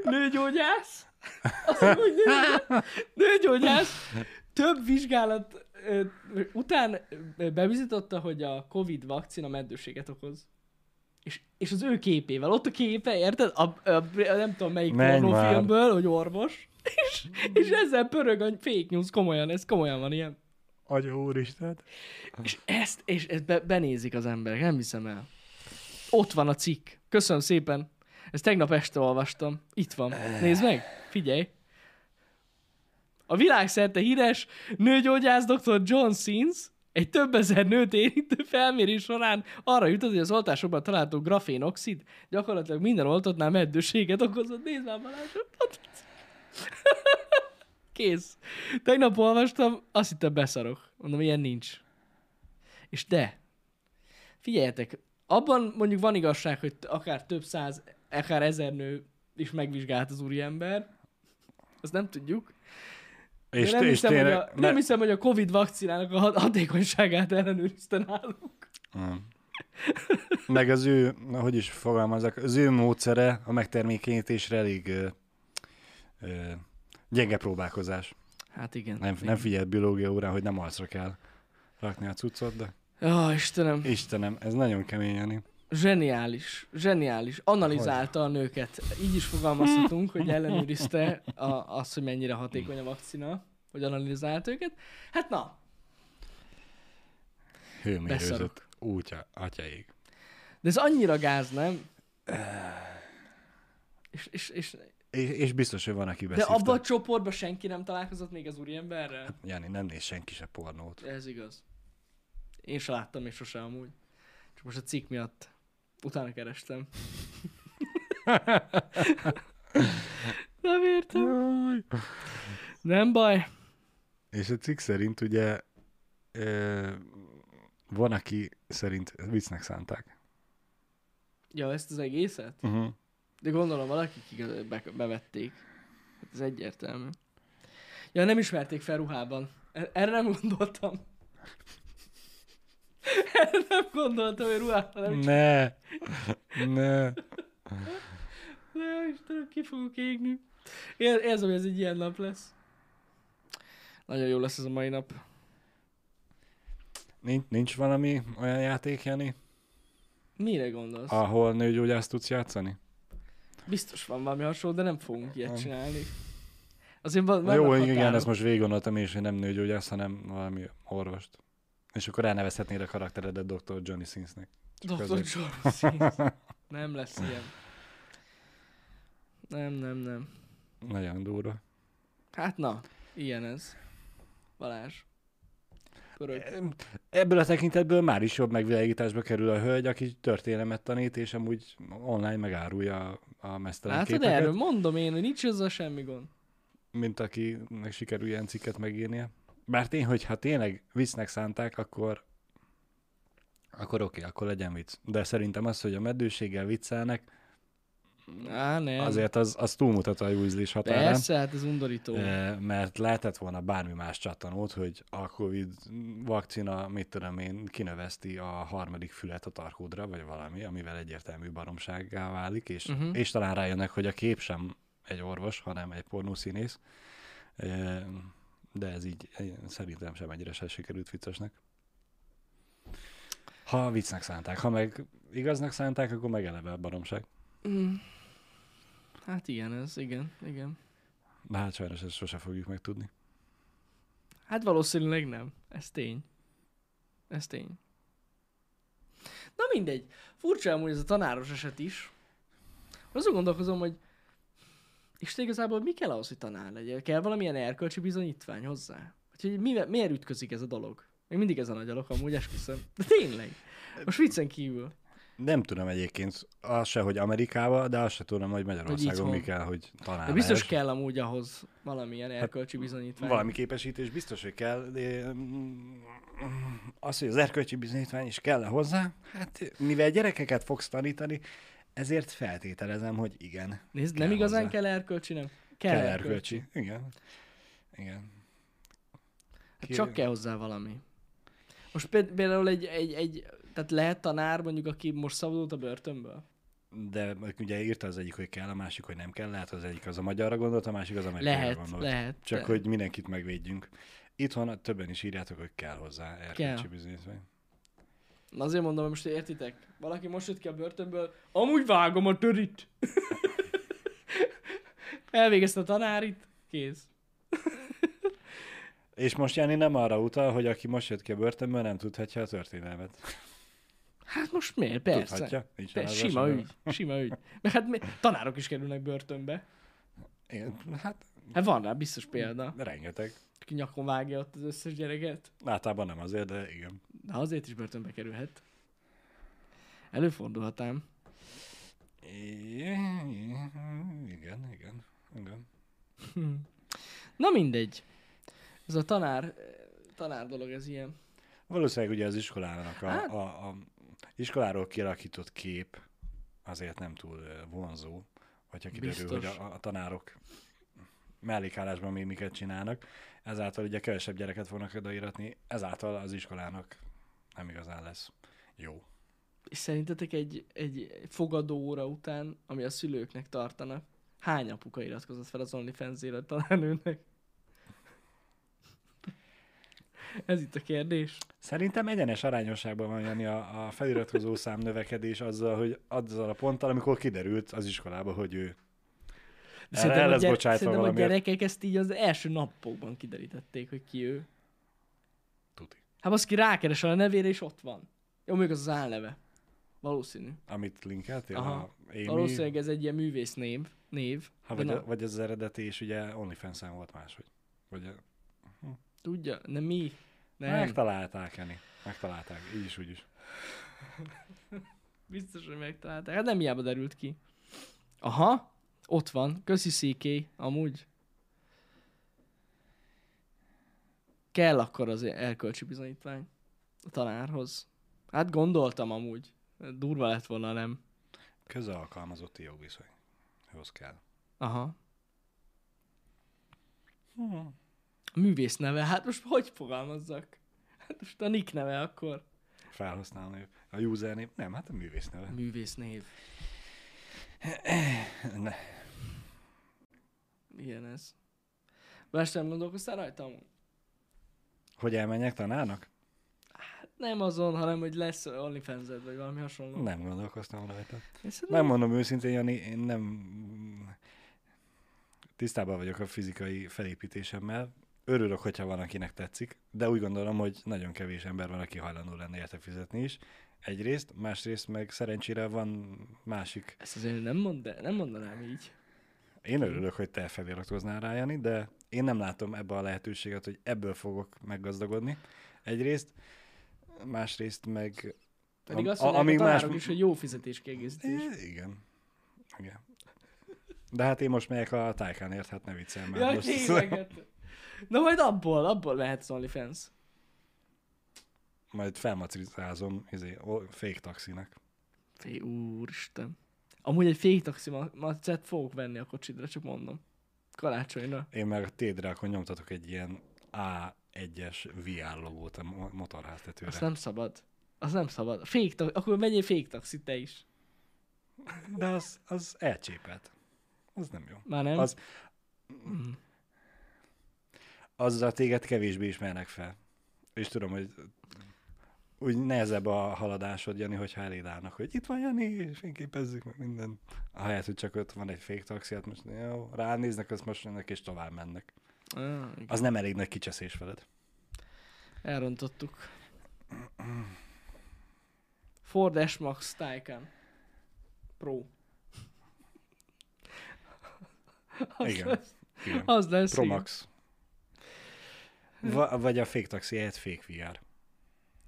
nőgyógyász, az amúgy nőgyógyász, nőgyógyász több vizsgálat ö, után ö, bebizonyította, hogy a Covid vakcina meddőséget okoz. És, és az ő képével, ott a képe, érted? A, a, a nem tudom melyik Menj pornófilmből, hogy orvos, és, és ezzel pörög a fake news, komolyan, ez komolyan van ilyen. Agya úristen. És ezt, és ezt be, benézik az emberek, nem hiszem el. Ott van a cikk. Köszönöm szépen. Ezt tegnap este olvastam. Itt van. Nézd meg. Figyelj. A világszerte híres nőgyógyász dr. John Sins egy több ezer nőt érintő felmérés során arra jutott, hogy az oltásokban található grafénoxid gyakorlatilag minden oltottnál meddőséget okozott. Nézd már Balázsot. Kész. Tegnap olvastam, azt hittem beszarok. Mondom, ilyen nincs. És de, figyeljetek, abban mondjuk van igazság, hogy akár több száz, akár ezer nő is megvizsgált az úriember. Azt nem tudjuk. És, De nem, hiszem, tényleg- hogy a, nem mert- hiszem, hogy a Covid vakcinának a hat- hatékonyságát ellenőrizte nálunk. Mm. Meg az ő, na, hogy is fogalmazok, az ő módszere a megtermékenyítésre elég ö, ö, gyenge próbálkozás. Hát igen. Nem, nem figyelt biológia órán, hogy nem alszra kell rakni a cuccot, de Ó, Istenem, Istenem, ez nagyon kemény, Jani. zseniális, zseniális. Analizálta a nőket. Így is fogalmazhatunk, hogy ellenőrizte a, azt, hogy mennyire hatékony a vakcina, hogy analizált őket. Hát na, Hőmérőzött. Beszarok. Útja, atyaig. De ez annyira gáz, nem? És, és, és, És, és biztos, hogy van, aki de beszívta. Hát- abban a csoportban senki nem találkozott még az úriemberrel? Jani, nem néz senki se pornót. Ez igaz. Én se láttam még sose amúgy. Csak most a cikk miatt utána kerestem. nem értem. Nem baj. És a cikk szerint ugye ö, van, aki szerint viccnek szánták. Ja, ezt az egészet? Uh-huh. De gondolom valakik igaz, be, bevették. Hát ez egyértelmű. Ja, nem ismerték fel ruhában. E- Erre nem gondoltam. Erre nem gondoltam, hogy ruhában nem Mm. is. Ne! Ne! Ne, Istenem, ki fogok égni. Ér- Érzem, hogy ez egy ilyen nap lesz. Nagyon jó lesz ez a mai nap. Nincs, nincs valami olyan játék, Jani, Mire gondolsz? A... ahol nőgyógyászt tudsz játszani? Biztos van valami hasonló, de nem fogunk ilyet csinálni. Azért van, Na vannak jó, határok. igen, ezt most végig gondoltam én is, hogy nem nőgyógyász, hanem valami orvost. És akkor elnevezhetnéd a karakteredet Dr. Johnny Sinsnek. Dr. azért. Jones. Nem lesz ilyen. Nem, nem, nem. Nagyon durva. Hát na, ilyen ez. Balázs. Pörög. Em, Ebből a tekintetből már is jobb megvilágításba kerül a hölgy, aki történelmet tanít, és amúgy online megárulja a, a mesztelen Látod, képeket, erről mondom én, hogy nincs ezzel semmi gond. mint akinek sikerül ilyen cikket megírnia. Bár tény, hogy ha tényleg viccnek szánták, akkor akkor oké, okay, akkor legyen vicc. De szerintem az, hogy a meddőséggel viccelnek, Á, nem. azért az, az túlmutat a józlés határán. Persze, hát ez undorító. Ö, Mert lehetett volna bármi más csattanót, hogy a Covid vakcina, mit tudom én, kinöveszti a harmadik fület a tarkódra, vagy valami, amivel egyértelmű baromsággá válik, és, Mhm. uh-huh. és talán rájönnek, hogy a kép sem egy orvos, hanem egy pornószínész. Ö, De ez így eh, szerintem sem egyre se sikerült viccesnek. Ha viccnek szánták, ha meg igaznak szánták, akkor meg eleve baromság. Mm. Hát ilyen ez, igen, igen. De hát sajnos ezt sose fogjuk megtudni. Hát valószínűleg nem. Ez tény. Ez tény. Na mindegy. Furcsa amúgy ez a tanáros eset is. Azon gondolkozom, hogy és igazából mi kell ahhoz, hogy tanár legyen? Kell valamilyen erkölcsi bizonyítvány hozzá? Vagy hogy mi, miért ütközik ez a dolog? Még mindig ez a nagy dolog, amúgy esküszöm. De tényleg. Most viccen kívül. Nem tudom egyébként azt se, hogy Amerikában, de azt se tudom, hogy Magyarországon itthon. mi kell, hogy talán. De biztos kell amúgy ahhoz valamilyen erkölcsi bizonyítvány. Hát, Valami képesítés biztos, hogy kell. De mm, az, hogy az erkölcsi bizonyítvány is kell hozzá, hát mivel gyerekeket fogsz tanítani, ezért feltételezem, hogy igen. Nézd, kell nem igazán hozzá. kell erkölcsi, nem? Kell, Kell, kell erkölcsi. erkölcsi. erkölcsi. Igen. Igen. Hát csak kell hozzá valami. Most pé- például egy, egy, egy, tehát lehet tanár mondjuk, aki most szabadult a börtönből? De ugye írta az egyik, hogy kell, a másik, hogy nem kell. Lehet, az egyik az a magyarra gondolt, a másik az amerikára lehet, gondolt. lehet. Csak de- hogy mindenkit megvédjünk. Itthon többen is írjátok, hogy kell hozzá erkölcsi Kell. bizonyítvány. Na azért mondom, hogy most értitek. Valaki most jött ki a börtönből, amúgy vágom a törit. Elvégezte a tanárit, kész. És most Jani nem arra utal, hogy aki most jött ki a börtönből, nem tudhatja a történelmet. Hát most miért? Persze. Tudhatja? Nincs Persze, elházás sima ebben. ügy, sima ügy. Mert hát mi, tanárok is kerülnek börtönbe. Igen, hát Hát van rá biztos példa, rengeteg. aki nyakon vágja ott az összes gyereket. Általában nem azért, de igen. De azért is börtönbe kerülhet. Előfordulhat ám. Igen, igen, igen. Na mindegy. Ez a tanár, tanár dolog, ez ilyen. Valószínűleg ugye az iskolának Hát- a, a, a iskoláról kialakított kép azért nem túl ö, vonzó, hogyha kiderül, Biztos. Biztos. hogy a, a tanárok mellékállásban még miket csinálnak. Ezáltal ugye kevesebb gyereket fognak odaíratni, ezáltal az iskolának nem igazán lesz jó. És szerintetek egy, egy fogadó óra után, ami a szülőknek tartanak, hány apuka iratkozott fel az OnlyFans-ére a tanárnőnek? Ez itt a kérdés. Szerintem egyenes arányosságban van Jani a, a feliratkozó szám növekedés azzal, hogy azzal a ponttal, amikor kiderült az iskolába, hogy ő De el, el a, lesz gyere- bocsájtva szerintem a valamiért. gyerekek ezt így az első napokban kiderítették, hogy ki ő. Tuti. Hát az ki rákeresel a nevére, és ott van. Jó, még az az álneve. Valószínű. Amit linkeltél? Aha. Aha. A Amy... Valószínűleg ez egy ilyen művész név. név. Ha, De vagy, na, a, vagy az eredeti, és ugye onlyfans volt máshogy. Vagy eh, a... Tudja, de mi? Nem. Megtalálták, Eni. Megtalálták, így is, úgy is. Biztos, hogy megtalálták. Hát nem hiába derült ki. Aha, ott van. Köszi CK, amúgy. Kell akkor az erkölcsi bizonyítvány a tanárhoz. Hát gondoltam amúgy. Durva lett volna, nem? Közalkalmazotti jogviszony. Hoz kell. Aha. A művész neve, hát most hogy fogalmazzak? Hát most a nick neve akkor. Felhasználó név. A user név. Nem, hát a művész neve. Művész név. Ne. Igen ez. Más nem gondolkoztál rajta amúgy? Hogy elmenjek tanárnak? Nem azon, hanem hogy lesz onlyfans vagy valami hasonló. Nem gondolkoztam rajta. Én szerintem- Hm. Nem mondom őszintén, Jani, én nem tisztában vagyok a fizikai felépítésemmel. Örülök, hogyha van, akinek tetszik, de úgy gondolom, hogy nagyon kevés ember van, aki hajlandó lenne érte fizetni is. Egyrészt, másrészt meg szerencsére van másik. Ezt azért nem, mond, de nem mondanám így. Én örülök, hogy te feliratkoznál rá, Jani, de én nem látom ebbe a lehetőséget, hogy ebből fogok meggazdagodni. Egyrészt, másrészt meg... Pedig am- azt a- mondják a, amíg tanárok is, hogy jó fizetés kiegészítés. É, Igen. Igen. De hát én most megyek a tájkánért, hát ne viccelj már. Ja, most. tényleg. hát. Na majd abból, abból lehet OnlyFans. Majd felmacrizázom izé, o- fake taxinak. Fé, úristen. Amúgy egy féktaxi macet fogok venni a kocsidra, csak mondom. Karácsonyra. Én meg a tédre akkor nyomtatok egy ilyen A1-es VR logót a mo- motorháztetőre. Azt nem szabad. Az nem szabad. Féktaxi, akkor megyél féktaxi te is. De az, az elcsépelt. Az nem jó. Már nem? Mm. Az... Azzal téged kevésbé ismernek fel. És tudom, hogy úgy nehezebb a haladásod, Jani, hogyha eléd állnak, hogy itt van Jani, és fényképezzük meg minden. Ahelyett, hogy csak ott van egy fék taxi, hát most jó, ránéznek, azt most jönnek, és tovább mennek. Ah, igen. Az nem elég nagy kicseszés veled. Elrontottuk. Ford S-Max Taycan Pro. Az Igen. Lesz, Igen. az lesz. Promax. Va- vagy a fék taxi, egy fék VR. igen.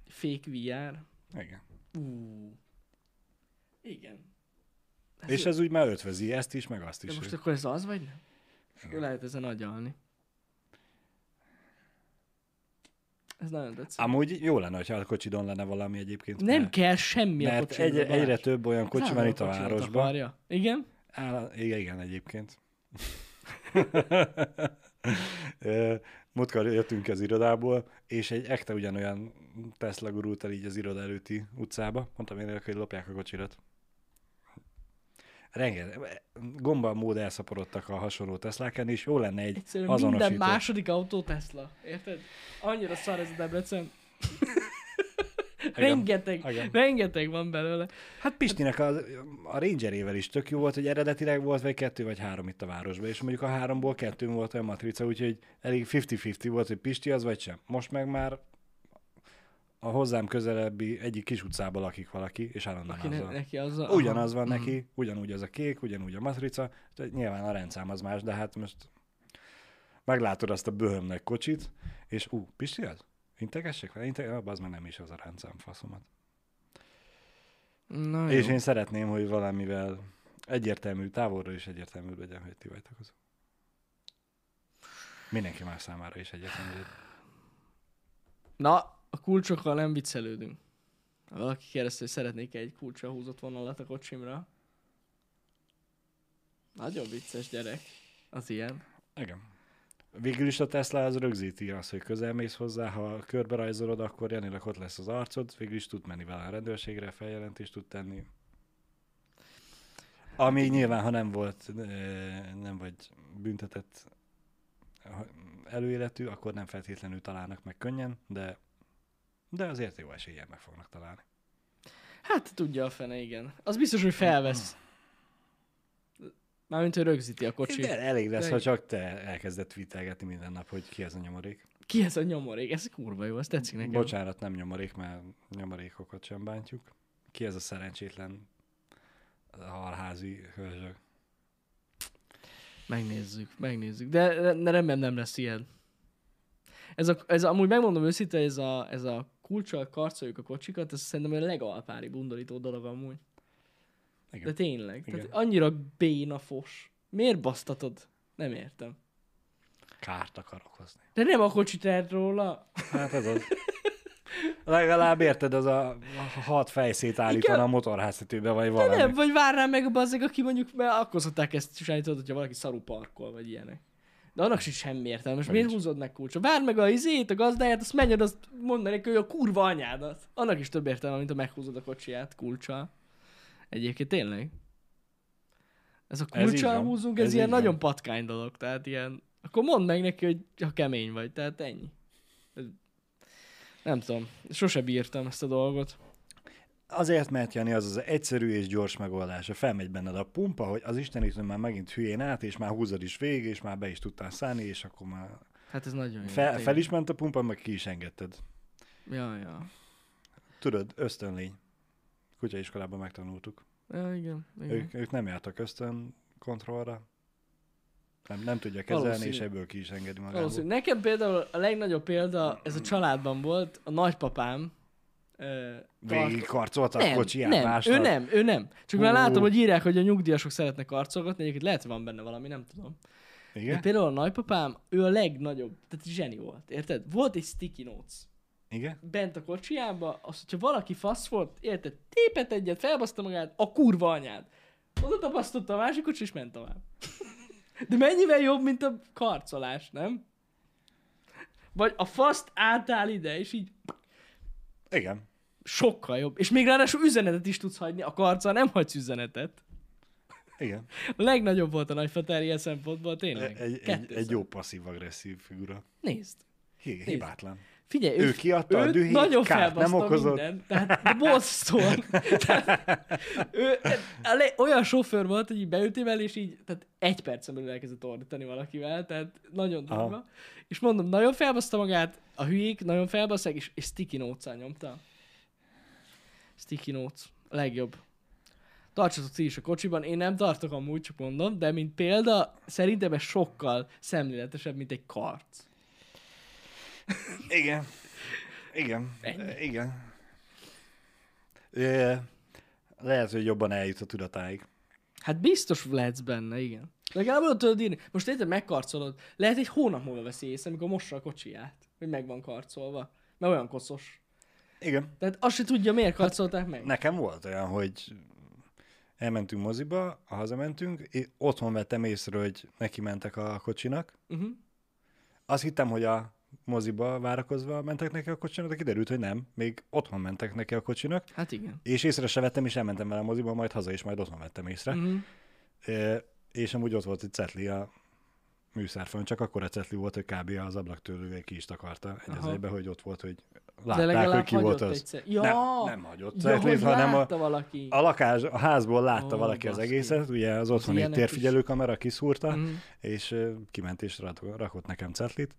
Fake VR. Igen. Ú. Igen. Ez És ez úgy már ötvözi ezt is, meg azt De is. most akkor ez az, vagy nem? És akkor lehet ezen agyalni. Ez nagyon tetszik. Amúgy jó lenne, ha a kocsidon lenne valami egyébként. Nem mert- kell semmi a Mert kocsiban. egy, Balázs. Hát egyre több olyan kocsi Zárólag van itt a kocsimat városban. akarja. Igen? Áll, igen, igen, egyébként. Ö, Múltkor jöttünk az irodából, és egy ekte ugyanolyan Tesla gurult el így az iroda előtti utcába. Mondtam én, hogy lopják a kocsirat. Rengeteg. Gomba mód elszaporodtak a hasonló Tesláken, és jó lenne egy Egyszerűen minden azonosító. második autó Tesla. Érted? Annyira szar ez a Debrecen. rengeteg, Igen. rengeteg van belőle. Hát Pistinek a, a Rangerével is tök jó volt, hogy eredetileg volt vagy kettő vagy három itt a városban, és mondjuk a háromból kettőn volt olyan matrica, úgyhogy elég 50-50 volt, hogy Pisti az vagy sem. Most meg már a hozzám közelebbi egyik kis utcában lakik valaki, és állandóan Aki ne, azzal. neki Mhm. az a... Ugyanaz van neki, ugyanúgy az a kék, ugyanúgy a matrica, tehát nyilván a rendszám az más, de hát most meglátod azt a böhömnek kocsit, és ú, Pisti az? Integessek vele? Integ... Abba az már nem is az a rendszám faszomat. Na És Ah, jó. én szeretném, hogy valamivel egyértelmű, távolról is egyértelmű legyen, hogy ti vagytok azok. Mindenki más számára is egyértelmű. legyen. Na, a kulcsokkal nem viccelődünk. Ha Valaki kérdezte, hogy szeretnék egy kulcsra húzott vonalat a kocsimra. Nagyon vicces gyerek. Az ilyen. Igen. Végül is a Tesla az rögzíti azt, hogy közel mész hozzá, ha körbe rajzolod, akkor Janinak ott lesz az arcod, végül is tud menni vele a rendőrségre, feljelentést tud tenni. Ami nyilván, ha nem volt, ö, nem vagy büntetett ha előéletű, akkor nem feltétlenül találnak meg könnyen, de, de azért jó eséllyel meg fognak találni. Hát tudja a fene, igen. Az biztos, hogy felvesz. Mármint, hogy rögzíti a kocsi. De elég lesz, De- ha csak te elkezded vitelgetni minden nap, hogy ki ez a nyomorék. Ki ez a nyomorék? Ez kurva jó, ez tetszik nekem. Bocsánat, nem nyomorék, mert nyomorékokat sem bántjuk. Ki ez a szerencsétlen alházi hölgyök? Megnézzük, megnézzük. De, de- de remélem nem lesz ilyen. Ez, a, ez a- amúgy megmondom őszintén, ez a, ez a kulcsal karcoljuk a kocsikat, ez szerintem a legalpári bundorító dolog amúgy. Igen. De tényleg. Igen. Tehát Igen. annyira béna fos. Miért basztatod? Nem értem. Kárt akarok hozni. De nem a kocsi tehet róla. Hát ez az. Legalább érted, az a hat fejszét állítana a motorháztetőbe, vagy valami. Nem, vagy várnám meg a bazzeg, aki mondjuk, mert akkor szokták ezt csinálni, tudod, hogyha valaki szarú parkol, vagy ilyenek. De annak sincs semmi értelme. Most miért húzod meg kulcsot? Várd meg a izét, a gazdáját, azt menjen, azt mondani, hogy a kurva anyádat. Annak is több értelme, mint ha meghúzod a kocsiját kulcsal. Egyébként tényleg. Ez a Ez így kulcsal van. húzunk, ez, Ez ilyen így van. nagyon patkány dolog. Tehát ilyen, akkor mondd meg neki, hogy ha kemény vagy. Tehát ennyi. Ez- Nem tudom. Sose bírtam ezt a dolgot. Azért, mert Jani az az egyszerű és gyors megoldása. Felmegy benned a pumpa, hogy az Istenítő már megint hülyén át, és már húzod is végig, és már be is tudtál szállni, és akkor már Hát ez nagyon jó. fel, tényleg. fel is ment a pumpa, meg ki is engedted. Ja, ja. Tudod, ösztönlény. Kutyaiskolában megtanultuk. ja igen, igen. Ők, ők nem jártak ösztön kontrollra. Nem, nem tudja kezelni, Valószínű. és ebből ki is engedi magából. Valószínű. Nekem például a legnagyobb példa, ez a családban volt, a nagypapám. Ö, tart- Végig karcolta a nem, kocsiját nem, ő másnap. nem, ő nem. Csak már Hú. látom, hogy írják, hogy a nyugdíjasok szeretnek arcolgatni, egyébként lehet, hogy van benne valami, nem tudom. De Igen? például a nagypapám, ő a legnagyobb, tehát zseni volt, érted? Volt egy sticky notes Igen? bent a kocsiába, az, hogyha valaki fasz volt, érted, tépet egyet, felbaszta magát, a kurva anyád. Oda tapasztotta a másik kocsi, és ment tovább. De mennyivel jobb, mint a karcolás, nem? Vagy a faszt átáll ide, és így Igen. sokkal jobb. És még ráadásul üzenetet is tudsz hagyni, a karccal nem hagysz üzenetet. Igen. A legnagyobb volt a nagyfater ilyen szempontból, tényleg. E, Egy, egy, Kettőször. egy jó passzív-agresszív figura. Nézd. Hi- Hibátlan. Figyelj, Ő kiadta a őt dühét, nagyon kárt nem felbaszta okozott. Minden, tehát bosszúan. Tehát ő a le- olyan sofőr volt, hogy így beültél el, és így tehát egy percen belül elkezdett ordítani valakivel, tehát nagyon Aha. durva. És mondom, nagyon felbaszta magát, a hülyék nagyon felbaszták, és, és sticky notes nyomta. Sticky notes. A legjobb. Tartsatok ti is a kocsiban, én nem tartok amúgy, csak mondom, de mint példa, szerintem ez sokkal szemléletesebb, mint egy karc. Igen. Igen. Ennyi. Igen. Ö, Lehet, hogy jobban eljut a tudatáig. Hát biztos lehetsz benne, igen. Legalább oda tudod írni. Most érted, megkarcolod. Lehet egy hónap múlva veszi észre, amikor mossa a kocsiját, hogy meg van karcolva. Mert olyan koszos. Igen. Tehát azt se tudja, miért karcolták meg. Nekem volt olyan, hogy elmentünk moziba, hazamentünk, és otthon vettem észre, hogy neki mentek a kocsinak. Uh-huh. Azt hittem, hogy a moziba várakozva mentek neki a kocsinak, de kiderült, hogy nem. Még otthon mentek neki a kocsinak, Hát igen. és észre se vettem, és elmentem vele a moziba, majd haza, és majd otthon vettem észre. Uh-huh. Ö, és amúgy ott volt egy cetli a műszerfön, csak akkor a cetli volt, hogy kb. az ablaktőlője ki is takarta egy az Aha. egybe, hogy ott volt, hogy De látták, legalább hogy ki volt hagyott az. egyszer. Ja, Nem, nem hagyott ja, hogy cetlit, hanem a, látta valaki. a lakás, a házból látta Ó, valaki az baszki. egészet, ugye az otthoni ilyenek is. térfigyelő kamera kiszúrta, Mhm. és ö, kiment és rak- rakott nekem cetlit.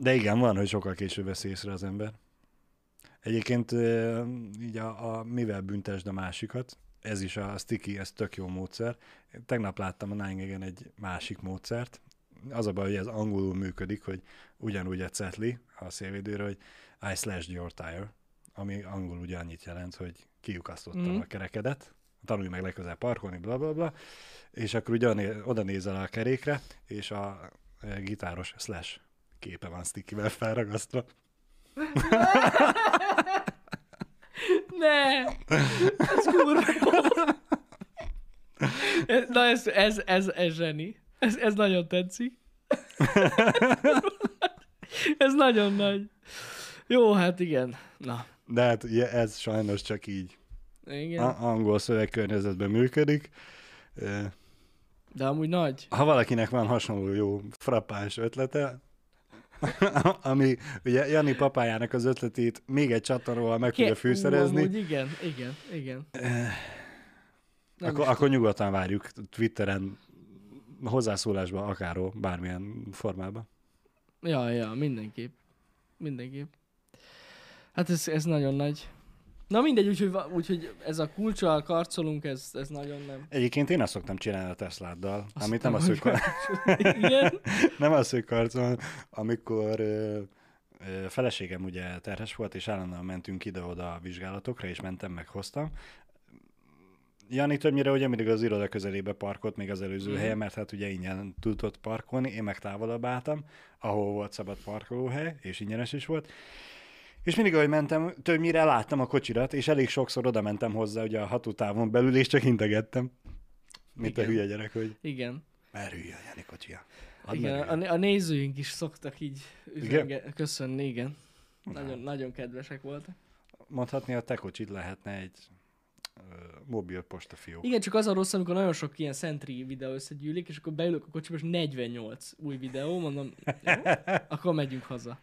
De igen, van, hogy sokkal később veszi észre az ember. Egyébként ö, így a, a mivel büntesd a másikat, ez is a sticky, ez tök jó módszer. Tegnap láttam a Nine egy másik módszert. Az a baj, hogy ez angolul működik, hogy ugyanúgy a cetli a szélvédőre, hogy I slashed your tire, ami angol ugye annyit jelent, hogy kiukasztottam Mhm. a kerekedet, tanulj meg legközelebb parkolni, bla bla bla, és akkor ugye oda- oda nézel a kerékre, és a e, gitáros slash képe van stickivel felragasztva. Ne! Ez kurva jó. Ez- Na ez, ez, ez, ez zseni. Ez, ez nagyon tetszik. Ez nagyon nagy. Jó, hát igen. Na, De hát ugye ez sajnos csak így igen. a- angol szövegkörnyezetben működik. E, De amúgy nagy. Ha valakinek van hasonló jó frappáns ötlete, ami ugye Jani papájának az ötletét még egy csatornával meg tudja Ké- Ú, fűszerezni, amúgy igen, igen, igen. Nem akkor, is akkor nyugodtan várjuk Twitteren, hozzászólásban, akárhol, bármilyen formában. Ja, ja, mindenképp. Mindenképp. Hát ez, ez nagyon nagy. Na mindegy, úgyhogy, va- úgyhogy ez a kulcsal karcolunk, ez, ez nagyon nem. Egyébként én azt szoktam csinálni a Tesláddal, Azt amit nem nem az, hogy, kar- Igen? nem az, hogy karcon, amikor ö, ö, feleségem ugye terhes volt, és állandóan mentünk ide-oda a vizsgálatokra, és mentem, meg hoztam. Jani többnyire ugye mindig az iroda közelébe parkolt, még az előző Mhm. helyen, mert hát ugye ingyen tudott parkolni, én meg távolabb álltam, ahol volt szabad parkolóhely, és ingyenes is volt. És mindig, ahogy mentem, többnyire láttam a kocsirat, és elég sokszor oda mentem hozzá, ugye a hatótávon belül, és csak integettem. Mint Igen. Igen. a hülye gyerek, hogy Igen. már hülye a Jani kocsia. Hadd igen merüljön. a, a, nézőink is szoktak így üzenge, köszönni, igen. Nagyon, nagyon kedvesek voltak. Mondhatni, a te kocsit lehetne egy ö, mobil postafiók. Igen, csak az a rossz, amikor nagyon sok ilyen Sentry videó összegyűlik, és akkor beülök a kocsiba, és 48 új videó, mondom, jó, akkor megyünk haza.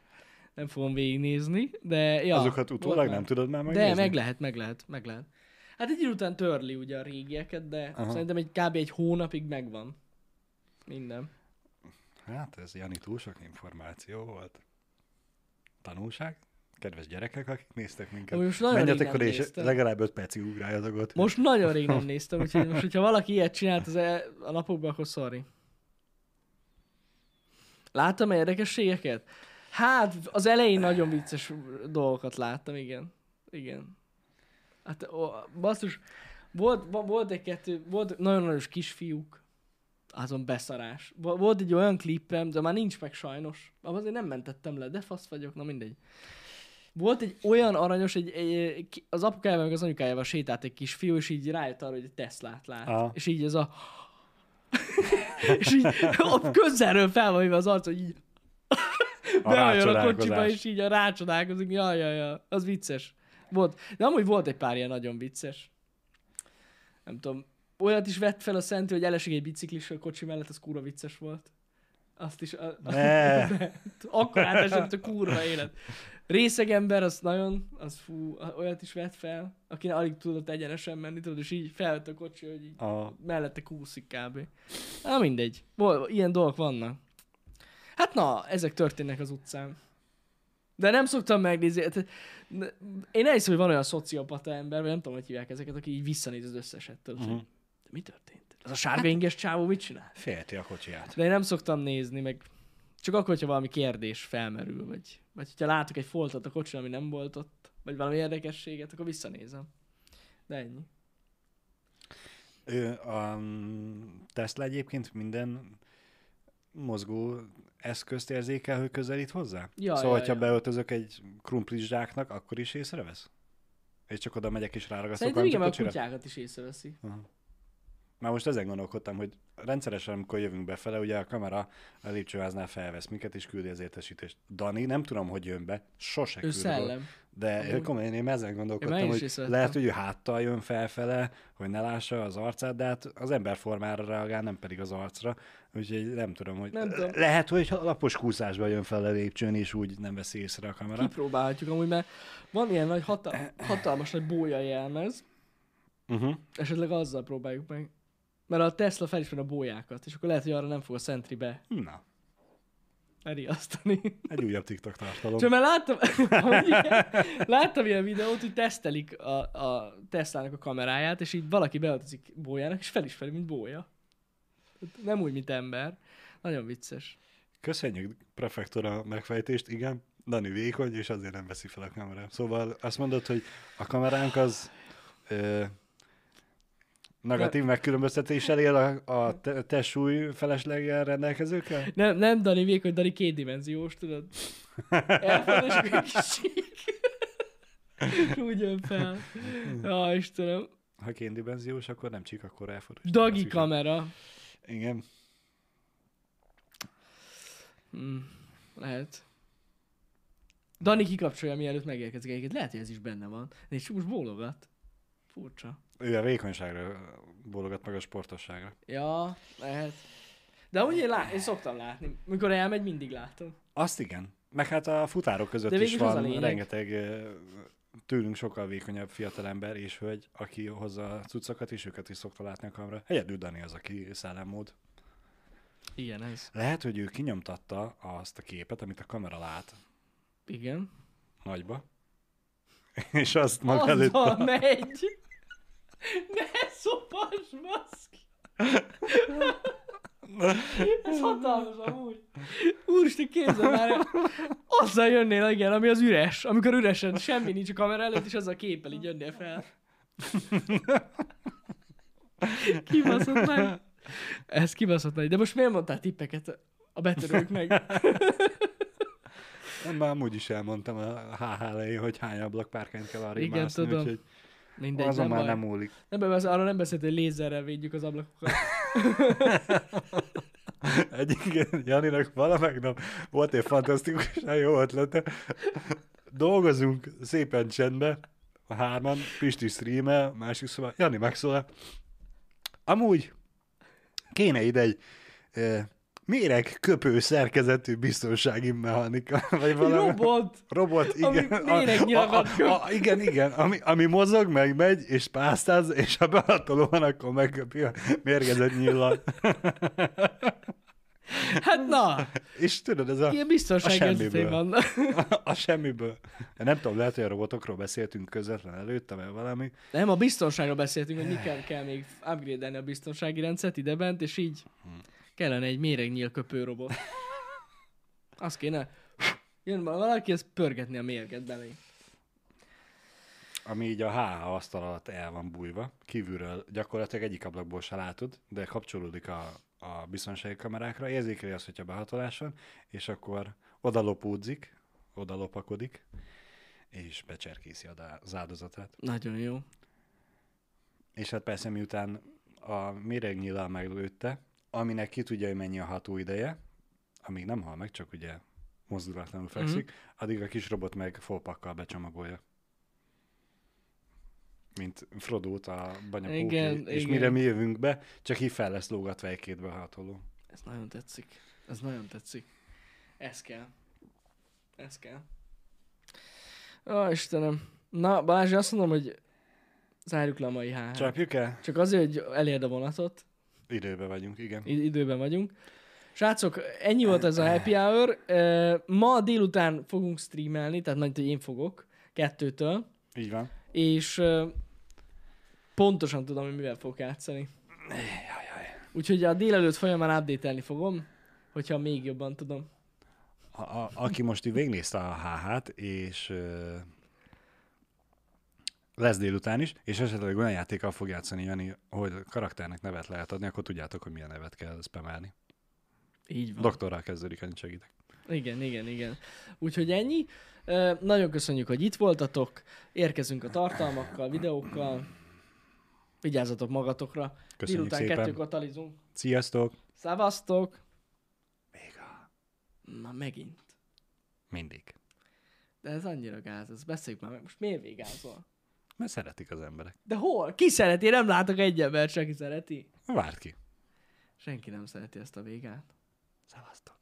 Nem fogom végignézni, de ja. Azokat volt utólag már. nem tudod már De megnézni? meg lehet, meg lehet, meg lehet. Hát egy idő után törli ugye a régieket, de Aha. Aha. szerintem egy kb. egy hónapig megvan. Minden. Hát ez Jani túl sok információ volt. Tanulság? Kedves gyerekek, akik néztek minket. Amúgy most nagyon Menjetek rég nem oda és néztem. legalább 5 percig ugráljatok ott. Most nagyon rég nem néztem, úgyhogy most, hogyha valaki ilyet csinált az el, a napokban, akkor sorry. Láttam érdekességeket? Hát, az elején nagyon vicces dolgokat láttam, igen. Igen. Hát, ó, basszus, volt, va- volt egy-kettő, volt nagyon-nagyon kisfiúk, azon beszarás. Vo- Volt egy olyan klippem, de már nincs meg sajnos. Abban azért nem mentettem le, de fasz vagyok, na mindegy. Volt egy olyan aranyos, egy, egy, ki- az apukájával meg az anyukájával sétált egy kis fiú, és így rájött arra, hogy egy Teslát lát. Aha. És így ez a... és így ott közelről fel van hívva az arc, hogy így bejön a kocsiba, rácsodálkozás. és így a rácsodálkozik. Jaj, jaj, jaj, az vicces. Volt. De amúgy volt egy pár ilyen nagyon vicces. Nem tudom. Olyat is vett fel a Szent, hogy elesik egy biciklis a kocsi mellett, az kurva vicces volt. Azt is... A, a, Ne. akkor átesett a kurva élet. Részeg ember, az nagyon, az fú, olyat is vett fel, aki alig tudott egyenesen menni, tudod, és így felvett a kocsi, hogy így A... mellette kúszik kb. Na mindegy, Vol- ilyen dolgok vannak. Hát na, ezek történnek az utcán. De nem szoktam megnézni. hát, ne- Én elhiszem, hogy van olyan szociopata ember, vagy nem tudom, hogy hívják ezeket, aki így visszanéz az összeset. Tudod, uh-huh. De mi történt? Az a Hát- sárga inges csávó mit csinál? Félti a kocsiját. De én nem szoktam nézni, meg csak akkor, hogyha valami kérdés felmerül, vagy, vagy hogyha látok egy foltot a kocsin, ami nem volt ott, vagy valami érdekességet, akkor visszanézem. De ennyi. Ő, a mm, Tesla egyébként minden mozgó eszközt érzékel, hogy közelít hozzá? Ja, szóval, ja, hogyha ja. beöltözök egy krumplis zsáknak, akkor is észrevesz? És csak oda megyek és ráragasztok Szerintem valamit igen, a mert a kocsira? kutyákat is észreveszi. Már most ezen gondolkodtam, hogy rendszeresen, amikor jövünk befele, ugye a kamera a lépcsőháznál felvesz minket, és küldi az értesítést. Dani, nem tudom, hogy jön be, sose Ő küld be. szellem. De Amúgy. komolyan én ezen Én gondolkodtam, már is hogy észrevettem. lehet, hogy ő háttal jön felfele, hogy ne lássa az arcát, de hát az ember formára reagál, nem pedig az arcra. Úgyhogy nem tudom, hogy Nem tudom. lehet, hogy lapos kúszásba jön fel a lépcsőn, és úgy nem veszi észre a kamera. Kipróbálhatjuk amúgy, mert van ilyen nagy hatal- hatalmas nagy bója jelmez, Uh-huh. esetleg azzal próbáljuk meg. Mert a Tesla felismer a bójákat, és akkor lehet, hogy arra nem fog a Sentry be Na, elriasztani. egy újabb TikTok tartalom. Csak mert láttam, láttam ilyen videót, hogy tesztelik a, a Teslának a kameráját, és így valaki beöltözik bójának, és felismeri, mint bója. Nem úgy, mint ember. Nagyon vicces. Köszönjük, prefektora, a megfejtést, igen. Dani vékony, és azért nem veszi fel a kamerát. Szóval azt mondod, hogy a kameránk az ö, negatív megkülönböztetéssel él a, a te, te súly felesleggel rendelkezőkkel? Nem, nem Dani vékony, Dani kétdimenziós, tudod? Elfordul, és akkor kisík. Úgy jön fel. Ja, Istenem. Ha kéndimenziós, akkor nem csík, akkor elfordul. és nem Dagi veszi fel. kamera. Igen. Hm, lehet. Dani kikapcsolja, mielőtt megérkezik egyébként. Lehet, hogy ez is benne van. De és most bólogat. Furcsa. Ő a vékonyságra bólogat meg a sportosságra. Ja, lehet. De amúgy én, lá- én szoktam látni. Mikor elmegy, mindig látom. Azt igen. Meg hát a futárok között De is végülis az a van lényeg. rengeteg ö, tőlünk sokkal vékonyabb fiatalember és hölgy, aki hozza a cuccokat, és őket is szokta látni a kamera. Egyedül Dani az, aki szellemmód. Igen, ez. Lehet, hogy ő kinyomtatta azt a képet, amit a kamera lát Igen. nagyba, és azt maga előtt... Azzal megy. Ne szopass, baszki. Ez hatalmas amúgy. Úristen, képzel már el. Azzal jönnél, igen, ami az üres. Amikor üresen semmi nincs a kamera előtt, és azzal a képpel így jönnél fel. Kibaszott meg. Ez kibaszott meg. De most miért mondtál tippeket a betörőknek? Nem, már amúgy is elmondtam a HH elején, hogy hány ablakpárkányt kell arra Igen, mászni, tudom. úgyhogy Mindegy, azon nem, már baj. nem múlik. nem baj, az- arra nem beszélt, hogy lézerrel védjük az ablakokat. Egyébként Janinak valamelyik nap volt egy fantasztikusan jó ötlete. Dolgozunk szépen csendbe, a hárman, Pisti streamel, másik szóval, Jani megszólal. Amúgy kéne ide egy e, méreg köpő szerkezetű biztonsági mechanika, vagy Egy valami. robot! Robot, Ami igen. méregnyilakat köp. a, igen, igen, ami, ami mozog, meg megy, és pásztáz, és ha behatoló van, akkor megköpi a mérgezett nyillat. Hát na, És tudod, ez a... ilyen A biztonságérzetei semmiből. vannak. A semmiből. De nem tudom, lehet, hogy a robotokról beszéltünk közvetlen előtte, mert valami. Nem, a biztonságról beszéltünk, hogy mikor kell még upgrade a biztonsági rendszert idebent, és így kellene egy méregnyílköpő robot. Azt kéne, jön ma valaki, ez pörgetni a mérget belé. Ami így a HH asztal alatt el van bújva, kívülről gyakorlatilag egyik ablakból se látod, de kapcsolódik a, a biztonsági kamerákra, érzékeli azt, hogyha behatolás van, és akkor oda lopódzik, oda lopakodik, és becserkészi oda az áldozatát. Nagyon jó. És hát persze miután a méregnyilal meglőtte, aminek ki tudja, hogy mennyi a ható ideje, amíg nem hal meg, csak ugye mozdulatlanul Mhm. fekszik, addig a kis robot meg fópakkal becsomagolja. Mint Frodót a banyapókék. Igen, és igen. mire mi jövünk be, csak így fel lesz lógatva egy kétbe hatoló. Ez nagyon tetszik. Ez nagyon tetszik. Ez kell. Ez kell. Ó, Istenem. Na, Balázs, azt mondom, hogy zárjuk le a mai hát. Csak, Csapjuk el? Csak azért, hogy elérd a vonatot. Időbe vagyunk, igen. Id- időben vagyunk. Srácok, ennyi volt ez a happy hour. Ö, Ma délután fogunk streamelni, tehát nagy, hogy én fogok, kettőtől, Így van. és ö, pontosan tudom, hogy mivel fogok játszani. Úgyhogy a délelőtt folyamán update fogom, hogyha még jobban tudom. A, a, aki most így végignézte a HH-t, és ö, lesz délután is, és esetleg olyan játékkal fog játszani Jani, hogy a karakternek nevet lehet adni, akkor tudjátok, hogy milyen nevet kell spamelni. Így van. Doktorral kezdődik, annyit segítek. Igen, igen, igen. Úgyhogy ennyi. Ö, Nagyon köszönjük, hogy itt voltatok. Érkezünk a tartalmakkal, videókkal. Vigyázzatok magatokra. Köszönjük délután szépen. kettőkor talizunk. Sziasztok! Szevasztok! Véga. Na megint. Mindig. De ez annyira gáz, ez beszéljük már meg. Most miért végázol? Mert szeretik az emberek. De hol? Ki szereti? Nem látok egy embert, se, aki szereti. Várd ki. Senki nem szereti ezt a végát. Szevasztok!